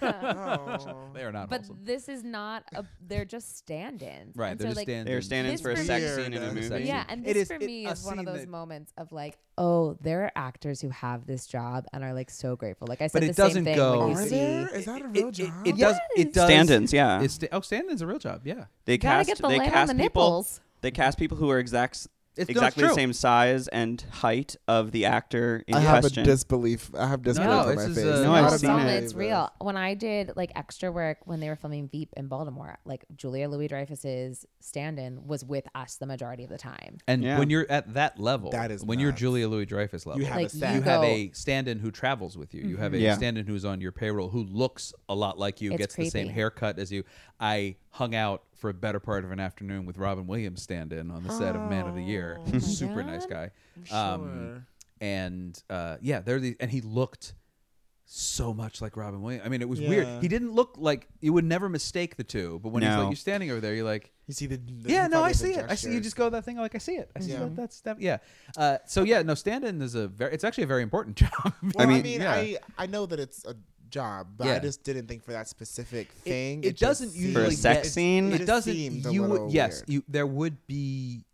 Uh-huh. Oh. They are not But wholesome. this is not a. They're just stand-ins. Right, And they're so, just like, stand-ins. They're this stand-ins for a for sex me- scene in a Weird, uh, movie. Yeah, Sexy. and It this is- for it- me a is one of scene those that- moments of like, oh, there are actors who have this job and are like so grateful. Like I said, But the it same doesn't thing go. when you Are see. there? Is that a real job? It does. It does. Stand-ins, yeah. It's sta- oh, stand-ins a real job. Yeah. They Gotta cast get the they light on cast the people. nipples. They cast people who are exact It's- no, it's exactly the true. same size and height of the actor in I have question. a disbelief. I have disbelief no, on my this face. is, uh, No, I've Oh, seen Velma, it. It's real. When I did like extra work when they were filming Veep in Baltimore, like Julia Louis Dreyfus's stand-in was with us the majority of the time. And Yeah. when you're at that level, That is when you're nuts. Julia Louis Dreyfus level, You have Like, a you staff. you have go- a stand-in who travels with you. You have a Mm-hmm. Yeah. stand-in who's on your payroll who looks a lot like you, It's gets the same creepy. haircut as you. I hung out for a better part of an afternoon with Robin Williams stand-in on the set of Man of the Year. Oh Super nice guy. Um, and uh, yeah, there these, and he looked so much like Robin Williams. I mean, it was Yeah. weird. He didn't look like you would never mistake the two, but when he's No. like you're standing over there, you're like You see the, the yeah, no, he probably I has the see it. I see you gestures. just go that thing like I see it. I see Yeah. that that step. Yeah. Uh, so yeah, no, stand-in is a very. It's actually a very important job. Well, I mean, I, yeah. I, know that it's a job, but I Yeah. just didn't think for that specific It- thing. It, just doesn't seemed- usually For a sex get- scene? It It, just doesn't. seemed a You little would, yes. weird. You there would be.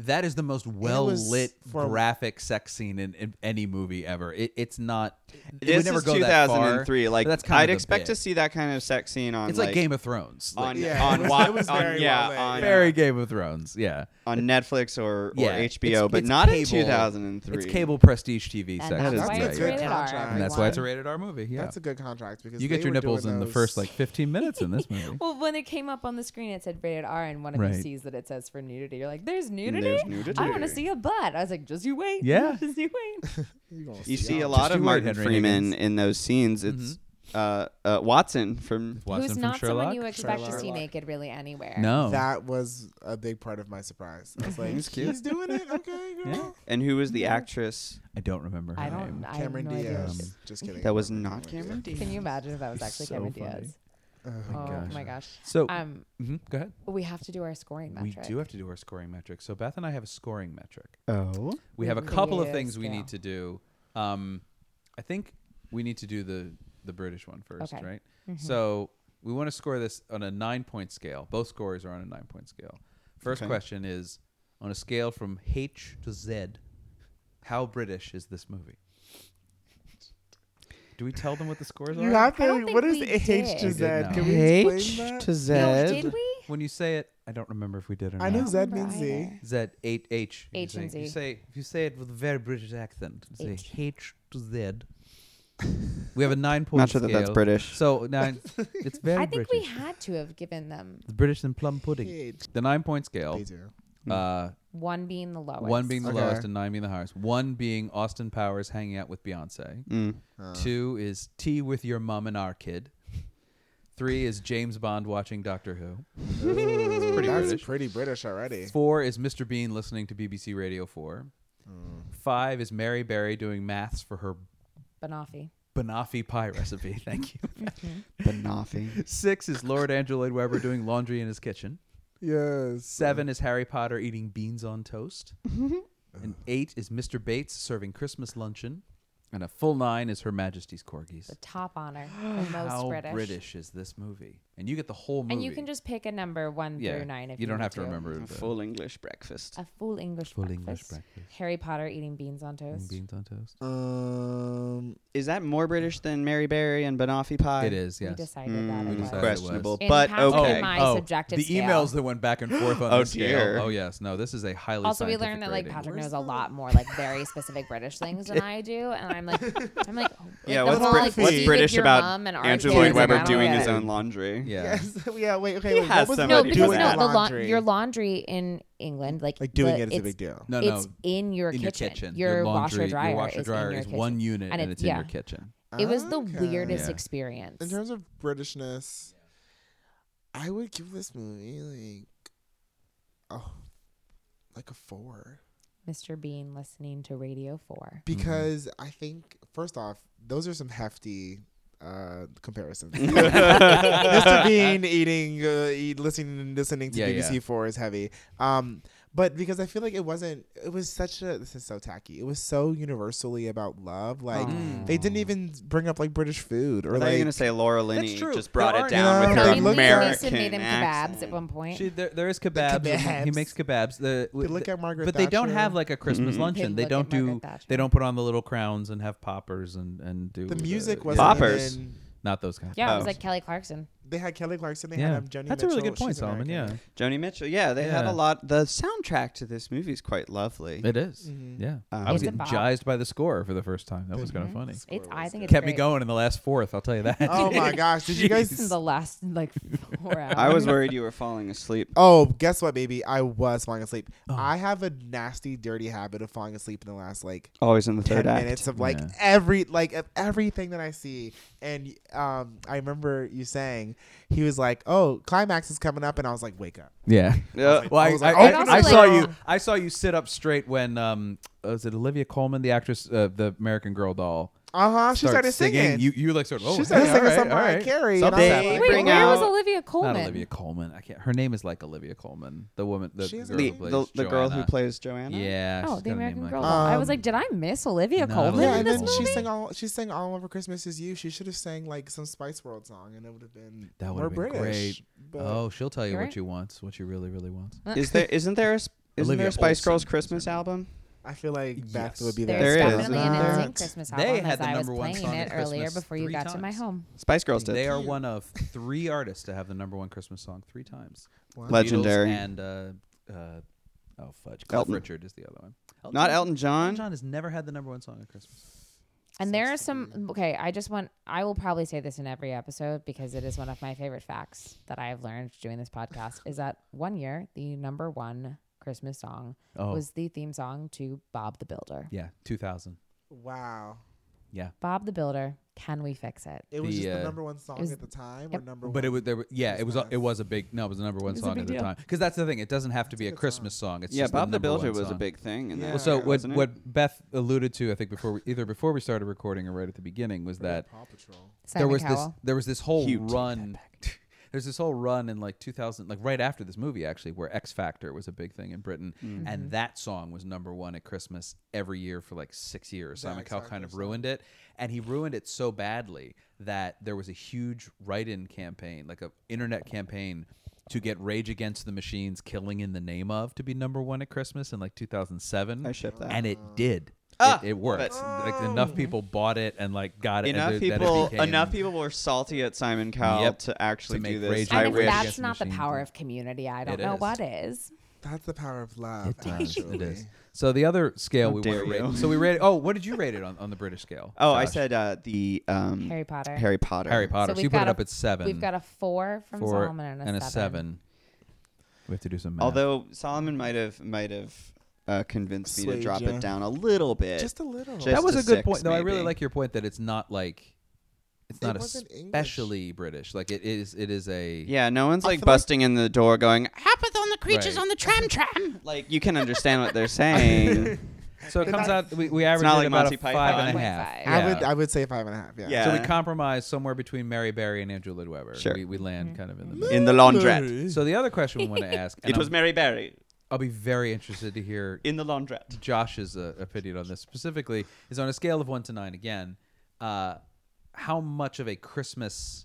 That is the most well lit for a- graphic sex scene in, in any movie ever. It, it's not. it would This never is go that far, 2003. but like that's kind I'd of the expect bit. to see that kind of sex scene on. It's like, Game of Thrones. Like, on Yeah, it on was- wa- it was on- very yeah well-made. on very Game of Thrones. Yeah. on Netflix or, or Yeah, it's- HBO, but it's not in cable- 2003 It's cable prestige TV And sex. that's is why yeah, it's yeah. rated R, And that's why it's a everyone. rated R movie. Yeah. That's a good contract because you they get your were nipples doing in the those- first like 15 minutes in this movie. Well, when it came up on the screen, it said rated R, and one of you Right. sees that it says for nudity. You're like, "There's nudity? nudity. I want to see a butt." I was like, "Just you wait. Yeah. just you wait." You gonna You see see a all- lot Just of you wait, Martin Henry Freeman Higgins. Mm-hmm. in those scenes. It's uh, uh, Watson from. Watson Who's from not Sherlock? someone you expect to Sherlock. see naked really anywhere? No. That was a big part of my surprise. I was like, It's cute. he's doing it, okay, girl. Yeah. And who was the actress? I don't remember her I name. don't. I have Cameron no idea. Diaz. Um, Just kidding. That was not Cameron Can you imagine if that was actually So Cameron funny. Diaz? Oh oh gosh. my gosh. So, Um, mhm, go ahead. we have to do our scoring metric. We do have to do our scoring metric. So Beth and I have a scoring metric. Oh. We have a Mm. couple of Yes, things we yeah. need to do. Um, I think we need to do the the British one first, Okay. Mm-hmm. right? So we want to score this on a nine point scale. Both scores are on a nine point scale. First Okay. question is on a scale from H to Z, how British is this movie? Do we tell them what the scores are? You have I don't to. think What is we H did. to We Z? did not. Can we explain that? Z. No, did we? when you say it, I don't remember if we did or I not. know Z Remember means Z. either. Z eight H. H you and say- You Z. say if you say it with a very British accent, you H. say H to Z. We have a nine point. Not sure that that's scale. British. So nine, it's very. I think British. we had to have given them The British and plum pudding. The nine point scale. They do. Mm. Uh, one being the lowest. One being the Okay. lowest and nine being the highest. One being Austin Powers hanging out with Beyonce. Mm. Ah. Two is tea with your mom and our kid. Three is James Bond watching Doctor Who. Ooh, It's pretty that's British. pretty British already. Four is Mr. Bean listening to BBC Radio 4. Mm. Five is Mary Berry doing maths for her Banoffee. Banoffee pie recipe. Thank you. Banoffee. Six is Lord Andrew Lloyd Webber doing laundry in his kitchen. Yes. Seven is Harry Potter eating beans on toast. and eight is Mr. Bates serving Christmas luncheon. And a full nine is Her Majesty's Corgis. The top honor. The most How British. is this movie? And you get the whole movie. And you can just pick a number one Yeah, through nine if you you don't need have to remember A the- full English breakfast. A full English Full breakfast. English breakfast. Harry Potter eating beans on toast. beans on toast. Um, is that more British than Mary Berry and Banoffee pie? Hmm, It is, We yes. decided that it was. questionable, In but Patrick and okay. my subjective the scale. emails that went back and forth on Oh, the scale. dear. Oh yes, no, this is a highly. Also, we scientific learned that like rating. Patrick knows a lot more like very specific British things than I do, and I'm like, I'm like, oh, Yeah, like, the what's, whole, Brit- like, what's tea with British your about mum and our Andrew kids, Lloyd like, I Webber don't doing get his it. own laundry? Yeah. Yes. Yeah. Wait. Okay. He wait, has what was somebody No, do because that. no, the la- Laundry. your laundry in England, like Like, doing the- it is a it's- big deal. No, no. it's in your in kitchen. Your, kitchen. Your, laundry, washer dryer, Your washer is, dryer in your is kitchen. one unit, and, it's in yeah. your kitchen. It was the Okay. weirdest Yeah. experience. In terms of Britishness, I would give this movie like oh, like a four Mr. Bean listening to Radio Four. Mm-hmm. because I think first off, those are some hefty uh comparisons. Mr. Bean eating, uh, eat, listening, listening to Yeah, BBC yeah. Four is heavy. Um, but because I feel like it wasn't, it was such a. This is so tacky. It was so universally about love. Like they didn't even bring up like British food or Mm. I thought you were like gonna say Laura Linney true. just brought There aren't- it down No, with they her looked at- American Mason made him accent. kebabs at one point. She, there, there is kebabs. He kebabs. makes kebabs. The, They look at Margaret but they don't Thatcher. have like a Christmas Mhm. luncheon. They They Mm-hmm. look don't at Margaret do. Thatcher. They don't put on the little crowns and have poppers and and do The uh, music yeah. wasn't Poppers? even- Not those kinds. Uh, Yeah, it Oh. was like Kelly Clarkson. they had Kelly Clarkson. They Yeah. had um, Joni. That's a really Mitchell, good point, she's Solomon. American. Yeah. Joni Mitchell. Yeah, they had Yeah. a lot. The soundtrack to this movie is quite lovely. It is. Mhm. Yeah. Um, I was It's a getting bop. jized by the score for the first time. That was kind of Mhm. funny. It's. I think it's Kept me great. going in the last fourth, I'll tell you that. Oh my gosh! Did you guys? In the last like four hours. I was worried you were falling asleep. Oh, guess what, baby? I was falling asleep. Oh. I have a nasty, dirty habit of falling asleep in the last like Always in the ten third act. minutes of like Yeah. every like of everything that I see. And um, I remember you saying he was like, "Oh, climax is coming up," and I was like, "Wake up!" Yeah. Yeah. Well, I, I was I, like, I- oh, no, I no, no. saw Like- you. I saw you sit up straight when um, uh, was it Olivia Coleman, the actress, uh, the American Girl doll? Uh huh. She starts started singing. You you were like sort of. Oh, She started hey, singing all right, some all Mariah right. Carey, and I was Something. like, They Wait, Wait, bring where out was Olivia Coleman? Not Olivia Coleman. I can't. Her name is like Olivia Coleman, the woman, the She has a girl who the, name. plays the, the girl who Joanna. plays Joanna. Yeah. Oh, she's the got a name American like Girl. that. I was Um, like, did I miss Olivia not Coleman Olivia yeah, in and this then Coleman. she movie? sang all she sang all over Christmas is you. She should have sang like some Spice World song, and it would have been That more would be British. great. But oh, she'll tell you You're what right. you want, what you really, really want. Is there? Isn't there? A, s- isn't Olivia there a Spice Olsen Girls is her Christmas name. album? I feel like that Yes. would be There's There that. is, definitely isn't an there? NSYNC Christmas They album had as the I was number one playing song it at earlier Christmas before you three got to my times. home. Spice Girls did. They are one of three artists to have the number one Christmas song three times. Wow. The Beatles Legendary. And uh, uh, oh fudge, Cliff Elton. Richard is the other one. Not Elton John? Elton John has never had the number one song at Christmas. And there are some okay, I just want I will probably say this in every episode because it is one of my favorite facts that I have learned doing this podcast is that one year the number one Christmas song Oh. was the theme song to Bob the Builder. Yeah, two thousand. Wow. Yeah, Bob the Builder, can we fix it? It was The, just the uh, number one song was- at the time, or yep. number. but it one? was there. were- Yeah, Christmas. it was. a- It was a big. No, it was the number one was a song big at the deal. time. Because that's the thing. It doesn't have to be a Christmas song. It's Yeah, just the Bob the number one Builder was a song. big thing. In that Well, so era, what wasn't it? what Beth alluded to, I think, before we, either before we started recording or right at the beginning, was that Paw Patrol. there Simon was this Cowell. there was this whole You take that run. There's this whole run in like 2000, like right after this movie, actually, where X Factor was a big thing in Britain, Mm-hmm. and that song was number one at Christmas every year for like six years. Simon X Cowell Factor kind of ruined it, and he ruined it so badly that there was a huge write-in campaign, like a internet campaign, to get Rage Against the Machines, "Killing in the Name of," to be number one at Christmas in like 2007. I ship that. and it did. Ah, it, it worked. but- Oh. like enough people bought it and like got it. and enough it- that it people became- enough people were salty at Simon Cowell Yep. to actually To do make this. Rage I And if wish. that's not the power of community, I don't It know is. what is. That's the power of love. It does. actually. It is. So the other scale How we dare were you. rated. So we rated. Oh, what did you rate it on, on the British scale? Oh, I Josh? said uh, the um, Harry Potter. Harry Potter. Harry Potter. So, we've you put got it a- up at seven. We've got a four from Four Solomon and a, and a seven. seven. We have to do some math. Although Solomon might have might have uh, convinced me to Swayed drop ya. it down a little bit. Just a little. Just that was a, good six, point, though. I really maybe. like your point that it's not like it's It not wasn't English. especially British. Like it is. It is a Yeah, no one's like busting in the door going. Hapeth on the creatures Right. on the tram tram. Like you can understand what they're saying. So it comes out. We, we It's averaged not it like about Monty a five and a Python. half. I Yeah. would I would say five and a half. Yeah. Yeah. So we compromise somewhere between Mary Berry and Andrew Lloyd Webber. Sure. We, we land Mm-hmm. kind of in the middle. In the laundrette. So the other question we want to ask. and It was Mary Berry. I'll be very interested to hear in the laundrette. Josh's uh, opinion on this specifically is on a scale of one to nine again. Uh, how much of a Christmas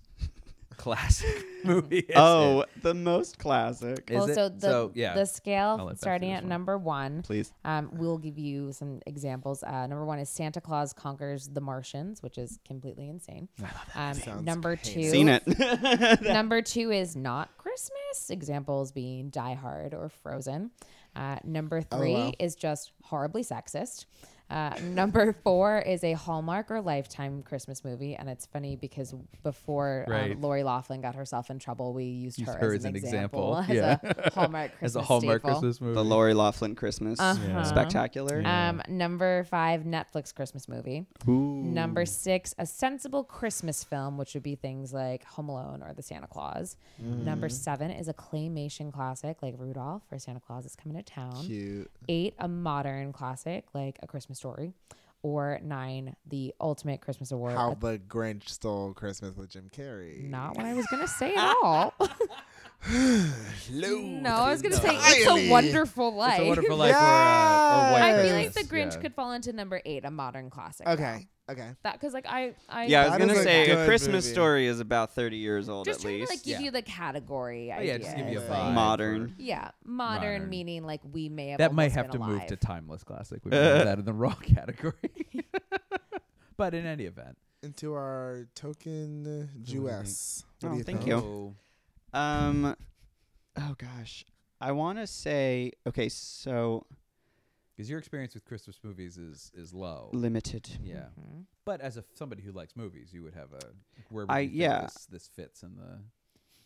classic movie? Is oh, it? the most classic. Is well, it? so the, So, yeah. the I'll let scale Beth starting do at number one. Please. Um, we'll give you some examples. Uh, number one is Santa Claus Conquers the Martians, which is completely insane. Um, Sounds number two. painful. Seen it. number two is Not Christmas, examples being Die Hard or Frozen. Uh, number Oh, three LOL. is just horribly sexist. Uh, number four is a Hallmark or Lifetime Christmas movie, and it's funny because before Right. um, Lori Laughlin got herself in trouble, we used Used her, her as an example, as a Hallmark Christmas as a Hallmark staple. Christmas movie. The Lori Laughlin Christmas Uh-huh. spectacular. Mm. Um, number five, Netflix Christmas movie. Ooh. Number six, a sensible Christmas film, which would be things like Home Alone or The Santa Claus. Number Mhm. seven is a claymation classic like Rudolph or Santa Claus is Coming to Town. Cute. Eight, a modern classic like A Christmas Story. Or nine, the ultimate Christmas award. uh, How the Grinch stole Christmas with Jim Carrey. Not what I was gonna say at all. no, I was gonna say it's Entirely. a wonderful life. It's a Wonderful Life or, uh, or White I feel like the Christmas, Grinch yeah. could fall into number eight, a modern classic. Okay, okay. That because like I, I yeah, I was That gonna is a say a good Christmas movie. story is about thirty years old just at trying least. to like give you the category. Oh, yeah, just give you a ideas, vibe like- Modern. Yeah, modern, Modern. meaning like we may have that might almost have to been move alive. to timeless classic. We have that in the wrong category. but in any event, Into our token Jewess. What do Oh, you thank think? you. Um, oh gosh, I want to say okay. So because your experience with Christmas movies is is low, Limited. Yeah, Mm-hmm. but as a somebody who likes movies, you would have a where would I- you think yeah. this, this fits in the.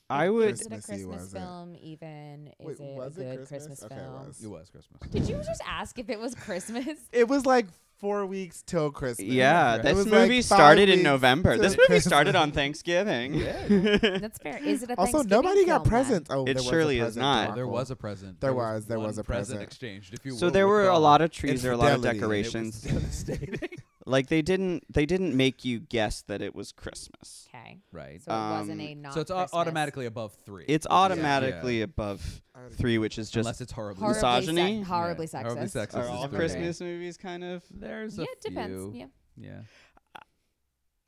I would. Is it a Christmas film? Even is Wait, it a was it good Christmas? Christmas, Okay, it film? was. It was Christmas. Did you just ask if it was Christmas? It was like four weeks till Christmas. Yeah, It this was like movie five started in weeks November. till This movie started on Thanksgiving. That's fair. Is it a Also, Thanksgiving nobody got film, then? presents. Oh, It there was a surely is present, not. Debacle. There was a present. There was. There one was a present present. exchanged. If you so will there were a recall. lot of trees. There were a lot of Infidelity. It was decorations. devastating. like they didn't. They didn't make you guess that it was Christmas. Okay. Right. So it wasn't a Um, non. so it's au- automatically above three. It's Yeah. automatically Yeah. above three, which is just Unless it's horribly Horribly sex- misogyny. horribly Yeah. Horribly sexist. sexist Are is all great. Christmas movies kind of? There's yeah, a it depends. few. Yeah.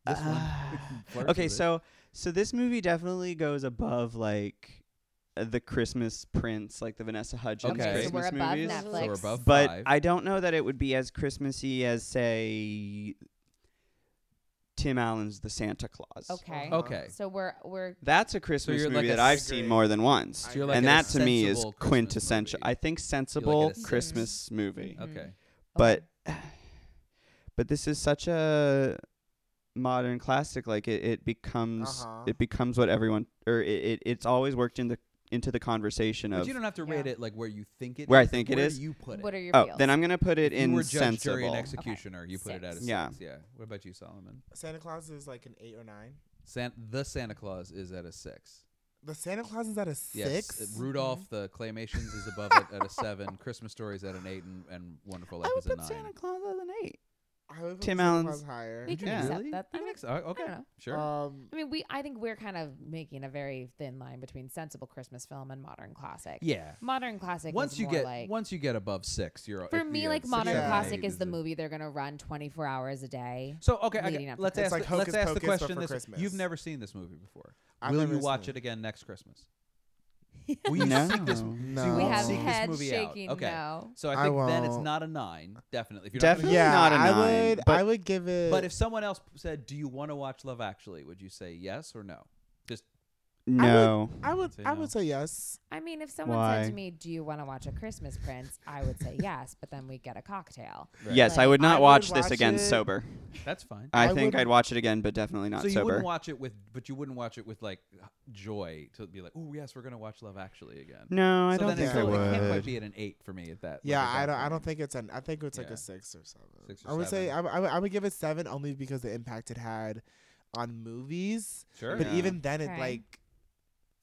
Yeah. This one flirts Uh, okay, with it. so so this movie definitely goes above like uh, the Christmas Prince, like the Vanessa Hudgens Okay, so Christmas we're above movies. So we're Netflix. above but five. I don't know that it would be as Christmassy as say Tim Allen's The Santa Claus. Okay. Okay. So we're we're That's a Christmas you're movie like a that I've sensible- seen more than once, So you're like and a that to me is sensible Christmas quintessential. I think sensible sen- Christmas Mm-hmm. movie. Okay. but but this is such a modern classic like it, it becomes Uh-huh. it becomes what everyone or it, it it's always worked into into the conversation But of you don't have to rate it like where you think it is. Where I think it where is? You put it. What are your oh feels? then i'm gonna put it If in you were judge, jury, sensible and executioner. You put it at a Six. six. Yeah. Yeah. What about you, Solomon? Santa Claus is like an eight or nine. San- the Santa Claus is at a six. The Santa Claus is at a Yes. six. uh, Mm-hmm. Rudolph the Claymations is above it at a seven. Christmas Stories at an eight, and, and Wonderful Life i would is a put nine. santa claus as an eight I would put Tim Santa Allen's- Claus higher. we can Yeah. accept Really? that. You then. think so? Oh, Okay. know. Uh, Sure. Um, I mean, we. I think we're kind of making a very thin line between sensible Christmas film and modern classic. Yeah. Modern classic. once is you more get like, once you get above six, you're for if me, you're like at modern six or classic eight is the a- movie they're gonna run 24 hours a day. So okay, okay, leading up to let's ask Christmas. like the, let's Hocus ask the Pocus, question but for this: Christmas. You've never seen this movie before. I've Will never you seen watch it. it again next Christmas? Will you No. seek this? so you No. won't We have seek this head movie out. shaking Okay. no. So I I think then it's won't. not a nine. Definitely. If you're Definitely not, Yeah, not a a I nine, would- but- I would give it- But if someone else said, "Do you want to watch Love Actually?" Would you say yes or no? Just No. I would Say I no. would say yes. I mean, if someone Why? said to me, "Do you want to watch a Christmas Prince?" I would say yes, but then we get a cocktail. Yes, I would not I would watch this watch again it- sober. That's fine. I, I think would- I'd watch it again, but definitely not so you sober. wouldn't watch it with, but you wouldn't watch it with like joy to be like, "Oh yes, we're gonna watch Love Actually again." No, I So don't then it's think I still- It can't quite would. be at an eight for me at that. like, Yeah, at I that don't. I point. don't think it's an. I think it's like Yeah. a six or seven. Six or I would say seven. I, would- I, would- I would give it seven only because the impact it had on movies. Sure. But Yeah. even then, it Right. like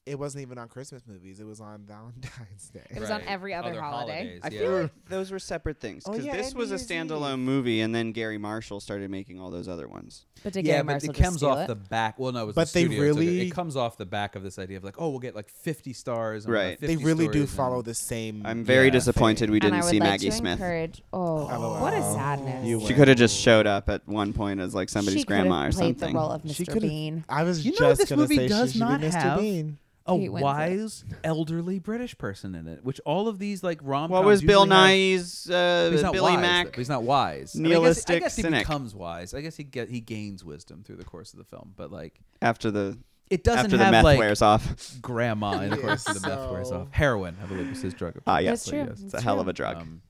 it wasn't even on Christmas movies. It was on Valentine's Day. It was on Right. every other Other holiday. holidays, I feel like those were separate things Oh, because yeah, this and was New a Year's Eve. standalone movie, and then Gary Marshall started making all those other ones. But did yeah, Gary but Marshall it just comes steal off it? the back. Well, no, it was But the they studio took it. really- it comes off the back of this idea of like, oh, we'll get like fifty stars. And we'll Right. have They 50 really do stories and- follow the same. I'm very yeah, disappointed thing. we And I didn't would see like Maggie to Smith. encourage. Oh, what a sadness! She could have just showed up at one point as like somebody's could have grandma or played the something. role of She Mr. could have- Bean. I was You just know, this gonna movie say does she should be not Mr. have Bean. a Kate Winslet. wise elderly British person in it, which all of these like rom. What was Bill Nye's, uh, he's not Billy wise, Mack though. He's not wise. I mean, I guess- I nihilistic guess, cynic. he becomes wise. I guess he get he gains wisdom through the course of the film, but like After the it doesn't after have the meth like wears off. grandma in the course of the meth wears So- off. Heroin, I believe, is his drug. of Ah, choice, yes, That's true. yes. it's a That's hell true. of a drug. um,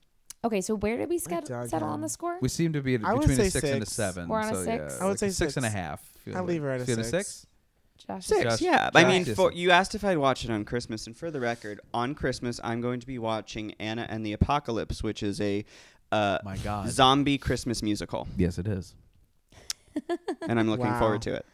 Okay, so where did we sched- dog settle him. on the score? We seem to be at I would between a say six, and a six. seven. We're on a so, six? Yeah, I would like say a six and a six. half. feels I'll like. leave her at a Feeling six. Josh, Six, Josh- yeah. Josh I mean, Jason. for, you asked if I'd watch it on Christmas, and for the record, on Christmas, I'm going to be watching Anna and the Apocalypse, which is a uh, My God. zombie Christmas musical, Yes, it is. and I'm looking Wow. forward to it.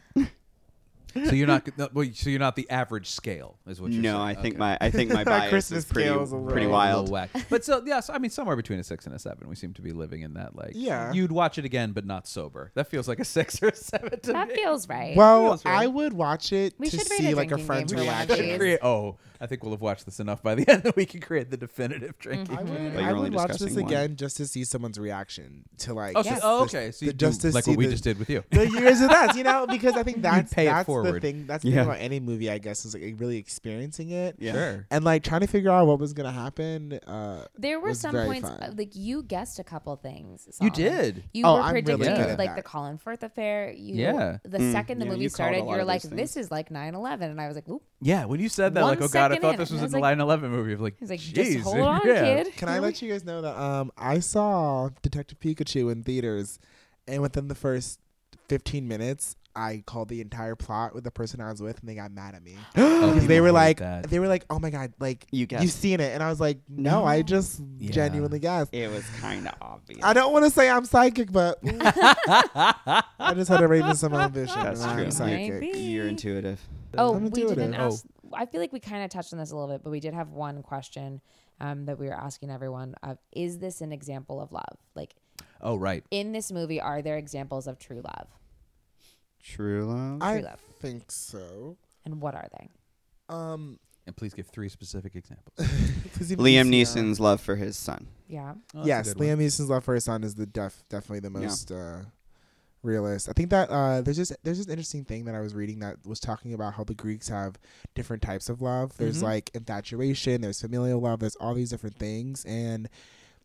So you're not no, well, so you're not the average scale, is what you're No, saying. I think my- I think my bias is Christmas pretty- scale is a pretty little- wild. Whack. But so yeah, so, I mean somewhere between a six and a seven, we seem to be living in that like Yeah. You'd watch it again, but not sober. That feels like a six or a seven. To that me. feels right. Well, I would watch it We to should rate see a like a drinking friend's game for one of reaction. these. Create- oh, I think we'll have watched this enough by the end that we can create the definitive Mm-hmm. drinking. I game. would, I would watch this again just to see someone's reaction to like. Oh, so- the- oh, okay. So the- you do like what we just did with you. The years with us, you know, because I think You'd that's pay it that's the forward. thing. That's the Yeah. thing about any movie, I guess, is like really experiencing it. Yeah. Sure. And like trying to figure out what was gonna happen. Uh, There were was some very points fun. uh, like you guessed a couple things. You Solomon. did. You Oh, were I'm really predicting good at like that. the Colin Firth affair. You, Yeah. The Mm. second the Yeah, movie you called started, a you lot were of like, those "This is like 9/11," and I was like, "Oop." Yeah, when you said that, One like, oh god, I second thought in, this and was in I was the like- 9/11 movie. Of like, He's like, "Just "Jeez." hold on, Yeah. kid. Can I Here let you guys know that um I saw Detective Pikachu in theaters, and within the first fifteen minutes, I called the entire plot with the person I was with, and they got mad at me Oh, because they people were hate like, that. they were like, oh my god, like You you've guessed. Mm-hmm. seen it, and I was like, no, I just Yeah. genuinely guessed. It was kind of obvious. I don't want to say I'm psychic, but I just had a radiance of my own vision. That's and true. I'm psychic. You're intuitive. Oh, I'm we intuitive. didn't ask. oh. I feel like we kind of touched on this a little bit, but we did have one question um, that we were asking everyone: of, Is this an example of love? Like Oh right. in this movie, are there examples of true love? True love. I True love. think so. And what are they? Um, And please give three specific examples. Oh, please even uh, Liam easier. Neeson's love for his son. Yeah. Oh, that's a yes, good one. Liam Neeson's Love for His Son is the def definitely the Yeah. most uh, realist. I think that uh, there's just there's this interesting thing that I was reading that was talking about how the Greeks have different types of love. There's Mhm. like infatuation, there's familial love, there's all these different things, and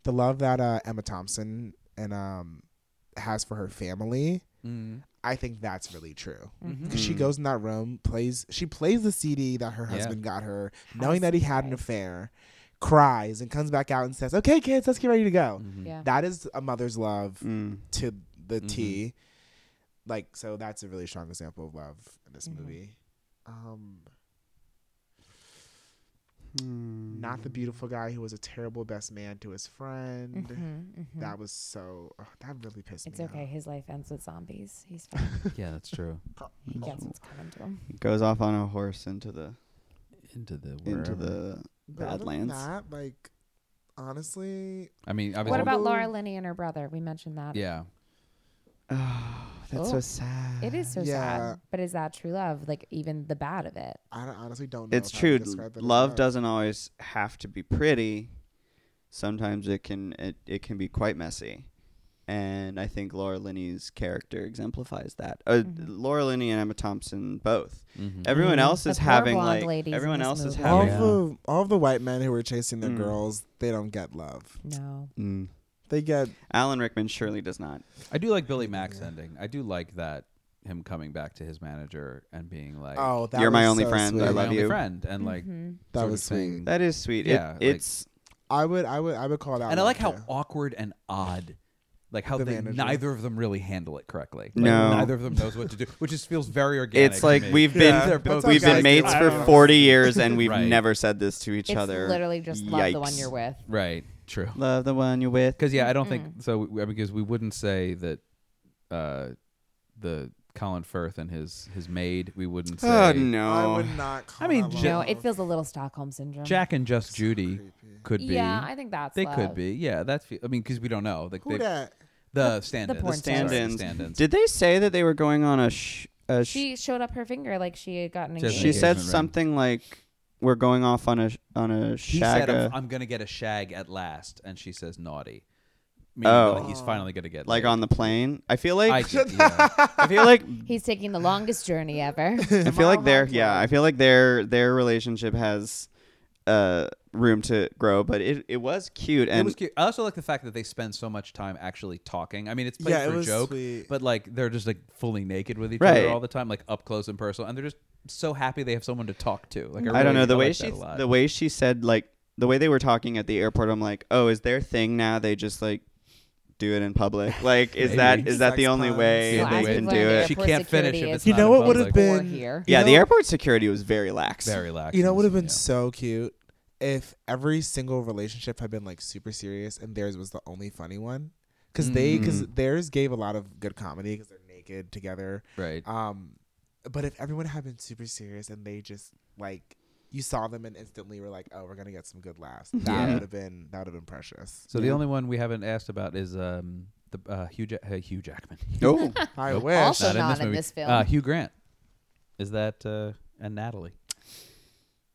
the love that uh, Emma Thompson and um, has for her family. Mm. I think that's really true Mhm. because she Mm. goes in that room, plays she plays the CD that her Yeah. husband got her, knowing that he had an affair, cries and comes back out and says, "Okay, kids, let's get ready to go." Mm. Yeah. That is a mother's love Mm. to the T. Like so, that's a really strong example of love in this movie. Um, Not the beautiful guy who was a terrible best man to his Mm-hmm, friend. Mhm, mhm. That was so. oh, that really pissed It's me. okay. His life ends with zombies. He's fine. Yeah, that's true. he gets what's coming to him. Goes off on a horse into the Into the into wherever. the But other than Badlands. that, like honestly, I mean, obviously. What about Laura Linney and her brother? We mentioned that. Yeah. That's Oh. so sad. It is so Yeah. sad. But is that true love? Like even the bad of it? I don't- honestly don't. Know It's if I would true. describe it as Love doesn't always have to be pretty. Sometimes it can it, it can be quite messy. and I think Laura Linney's character exemplifies that. Uh, Laura Linney and Emma Thompson both. Everyone Mhm. else Mm-hmm. The is poor having blonde like ladies in everyone this else is movie. having all the all the white men who are chasing their Mm. girls, they don't get love. No. Mm. They get Alan Rickman surely does not. I do like Billy Mack's ending. I do like that him coming back to his manager and being like, Oh, that You're my was only so friend. sweet. I You're my love only you. friend, and, Mm-hmm. like, Mhm. That sort of was sweet. saying- That is sweet. It- Yeah, like- it's I would I would I would call it out. and I like love how too. awkward and odd, like how The they, manager. neither of them really handle it correctly. Like, No. neither of them knows what to do, which just feels very organic. It's to like me. we've been They're both we've just been like, mates I for don't know. 40 years and we've Right. never said this to each It's other. literally just love the one you're with. Right. True. Love the one you're with. Because yeah, I don't Mm. think so. we- Because we wouldn't say that uh, the Colin Firth and his his maid. We wouldn't say. Oh, no. I would not I mean, Ja- no, it feels a little Stockholm syndrome. Jack and Just Judy could be. Yeah, I think that's They love. could be. Yeah, that's. fe- I mean, because we don't know. Like Who they- dat? The stand-ins. porn Sorry, stars. the stand-ins. stand-ins. Did they say that they were going on a sh- a sh- She showed up her finger like she had gotten Just engaged. She said engagement ring. something like we're going off on a sh- on a He said, shag. "I'm, I'm gonna get a shag at last," and she says, "Naughty." Meaning Oh, that he's finally gonna get like laid. on the plane. I feel like I did, yeah. I feel like He's taking the longest journey ever. I feel like their yeah, I feel like their their relationship has uh room to grow, but it, it was cute and it was cute. I also like the fact that they spend so much time actually talking. I mean, it's played Yeah, it for a was joke, sweet. but like they're just like fully naked with each Right. other all the time, like up close and personal, and they're just so happy they have someone to talk to. Like I, I really- don't know the I way like that she a lot. the way she said like the way they were talking at the airport. I'm like, oh, is their thing now? They just like do it in public. Like, is Maybe. that is that Sex the only puns. way Yeah, they the can way- do it? She can't finish if it's You not know in what would have public. been Yeah, you the know- airport security was very lax. Very lax. You know what would have been so cute if every single relationship had been like super serious and theirs was the only funny one because they because Mhm. theirs gave a lot of good comedy because they're naked together. Right. Um, but if everyone had been super serious and they just like you saw them and instantly were like, oh, we're gonna get some good laughs. That Yeah. would have been that would have been precious. So the only one we haven't asked about is um the uh, Hugh ja- uh, Hugh Jackman. Oh. I Nope. wish. Also not in this, not in movie. this film. Uh, Hugh Grant. Is that uh, and Natalie?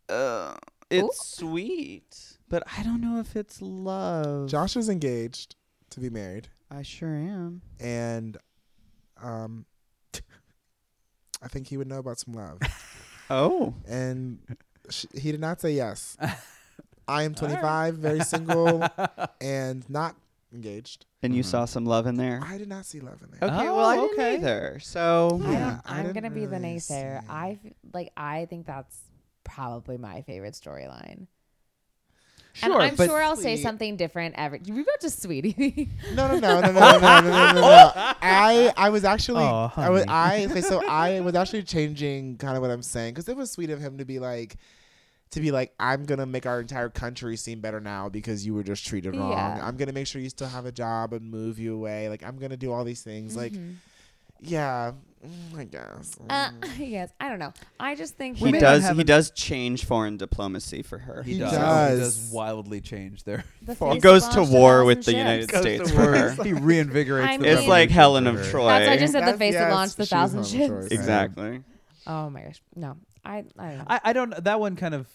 Uh, it's sweet, but I don't know if it's love. Josh is engaged to be married. I sure am. And um I think he would know about some love. Oh. And sh he did not say yes. I am 25, very single and not engaged. And Mm-hmm. you saw some love in there. I did not see love in there. Oh, Okay, well, I didn't either. So I'm gonna be the naysayer. I f- like I think that's probably my favorite storyline. and Sure, I'm but- sure I'll say Sweet. something different every. You were about to sweetie. No, no, no, no, no, no, no, no, no, no. Oh. I, I was actually, Aw, I was, I, Oh, honey. okay, so I was actually changing kind of what I'm saying because it was sweet of him to be like, to be like, I'm gonna make our entire country seem better now because you were just treated wrong. Yeah. I'm gonna make sure you still have a job and move you away. Like I'm gonna do all these things. Like, Mhm. yeah, mm, I guess. Uh, yes, I don't know. I just think Mm. he does he does change foreign diplomacy for her. He, does. He does wildly change their. The He face goes to blush, war the with the thousand United ships. States to for war. her. He reinvigorates I the mean- It's like revolution Helen for of her. Troy. That's why I just said the That's- face yes, that launched the she was thousand on the ships. choice. Exactly. Oh my gosh, no, I I don't know. I, I don't. That one kind of.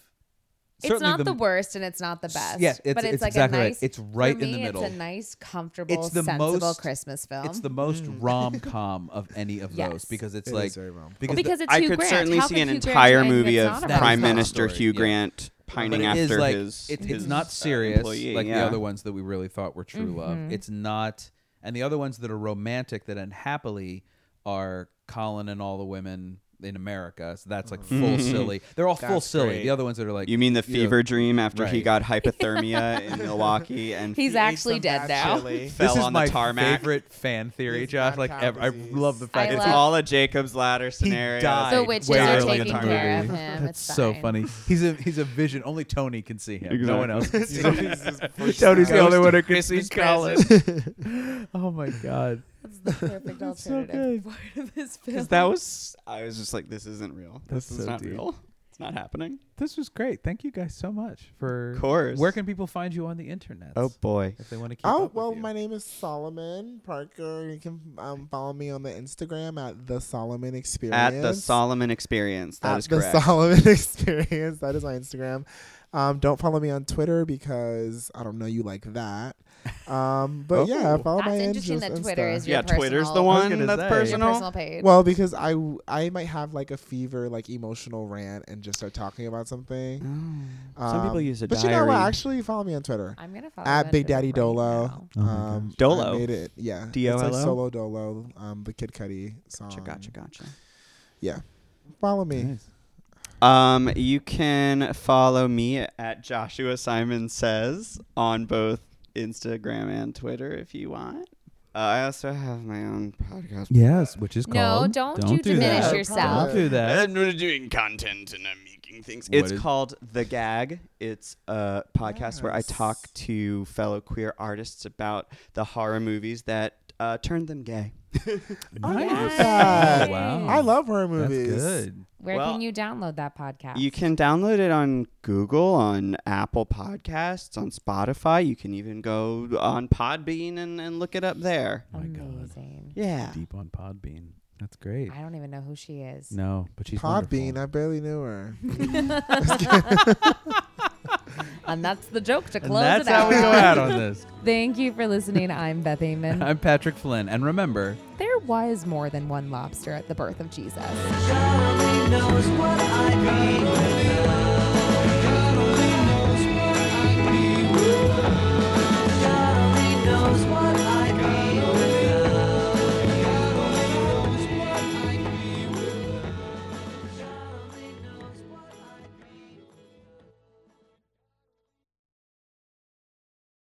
it's certainly not the, worst and it's not the best. yes, it's- but it's, it's like exactly a right. nice. It's right for in the me, middle. It's a nice, comfortable, It's the sensible most Christmas film. It's the most rom com of any of Yes. those because it's It is like very rom-com. Well, because it's I Hugh could Grant. certainly How see could an Hugh Grant entire win if movie it's of not a That is Prime not a Minister story, Hugh yeah. Grant pining But it is after like, his It, his it's not uh, serious employee, like yeah. the other ones that we really thought were true Mhm. Mm-hmm. love. It's not, and the other ones that are romantic that end happily are Colin and all the women in America. So that's like full Mhm. silly. They're all full That's silly. great. The other ones that are like You mean the know, fever dream after he right. got hypothermia in Milwaukee and He's He ate actually some dead bad now. chili. fell this is on the my tarmac. favorite fan theory, Josh. Like ev- I love the fact it's that all a Jacob's ladder scenario. died The witches way are early in taking the care movie. of him. That's It's so fine. funny. He's a he's a vision. Only Tony can see him. No one else. Exactly. Can see him. Tony's his first Tony's the son. only one who can see Christmas Colin. oh my god. That's the perfect That's so alternative part of this film. Because that was, I was just like, this isn't real. That's this is so not deep. real. It's not happening. This was great. Thank you guys so much for. Of course. Where can people find you on the internet? Oh, boy. If they want to keep Oh up well, with you. my name is Solomon Parker. You can um, follow me on the Instagram at the Solomon Experience. At the Solomon Experience. That At is the correct. Solomon Experience. That is my Instagram. Um, don't follow me on Twitter because I don't know you like that. Um, but yeah, I follow That's my interesting interests that and Twitter stuff. is your Yeah, Twitter's the personal- one that's personal. personal page. Well, because I w- I might have like a fever, like emotional rant, and just start talking about something. Um, Some people use a but you know what? diary. Actually, follow me on Twitter. I'm gonna follow you at on Big Twitter Daddy right Dolo. now. Oh my um, gosh. Dolo? I made it. Yeah, It's D-O-L-O? like solo Dolo, um, the Kid Cudi song. Gotcha, gotcha, gotcha. Yeah, follow me. Um, you can follow me at Joshua Simon Says on both Instagram and Twitter if you want. Uh, I also have my own podcast. Yes, which is No, called. don't you diminish yourself. Don't do that. I'm not doing content and I'm making things. What it's is- called The Gag. It's a podcast where I talk to fellow queer artists about the horror movies that uh, turned them gay. Oh, Nice. that. Wow. I love horror That's movies. good. Where Well, can you download that podcast? you can download it on Google, on Apple Podcasts, on Spotify. You can even go on Podbean and, and look it up there. Oh my Amazing. God. Yeah. Deep on Podbean. That's great. I don't even know who she is. No, but she's Podbean. I barely knew her. and that's the joke to And close that's it how out. we go out on this. Thank you for listening. I'm Beth Amon. I'm Patrick Flynn, and remember, There was more than one lobster at the birth of Jesus. knows what I mean.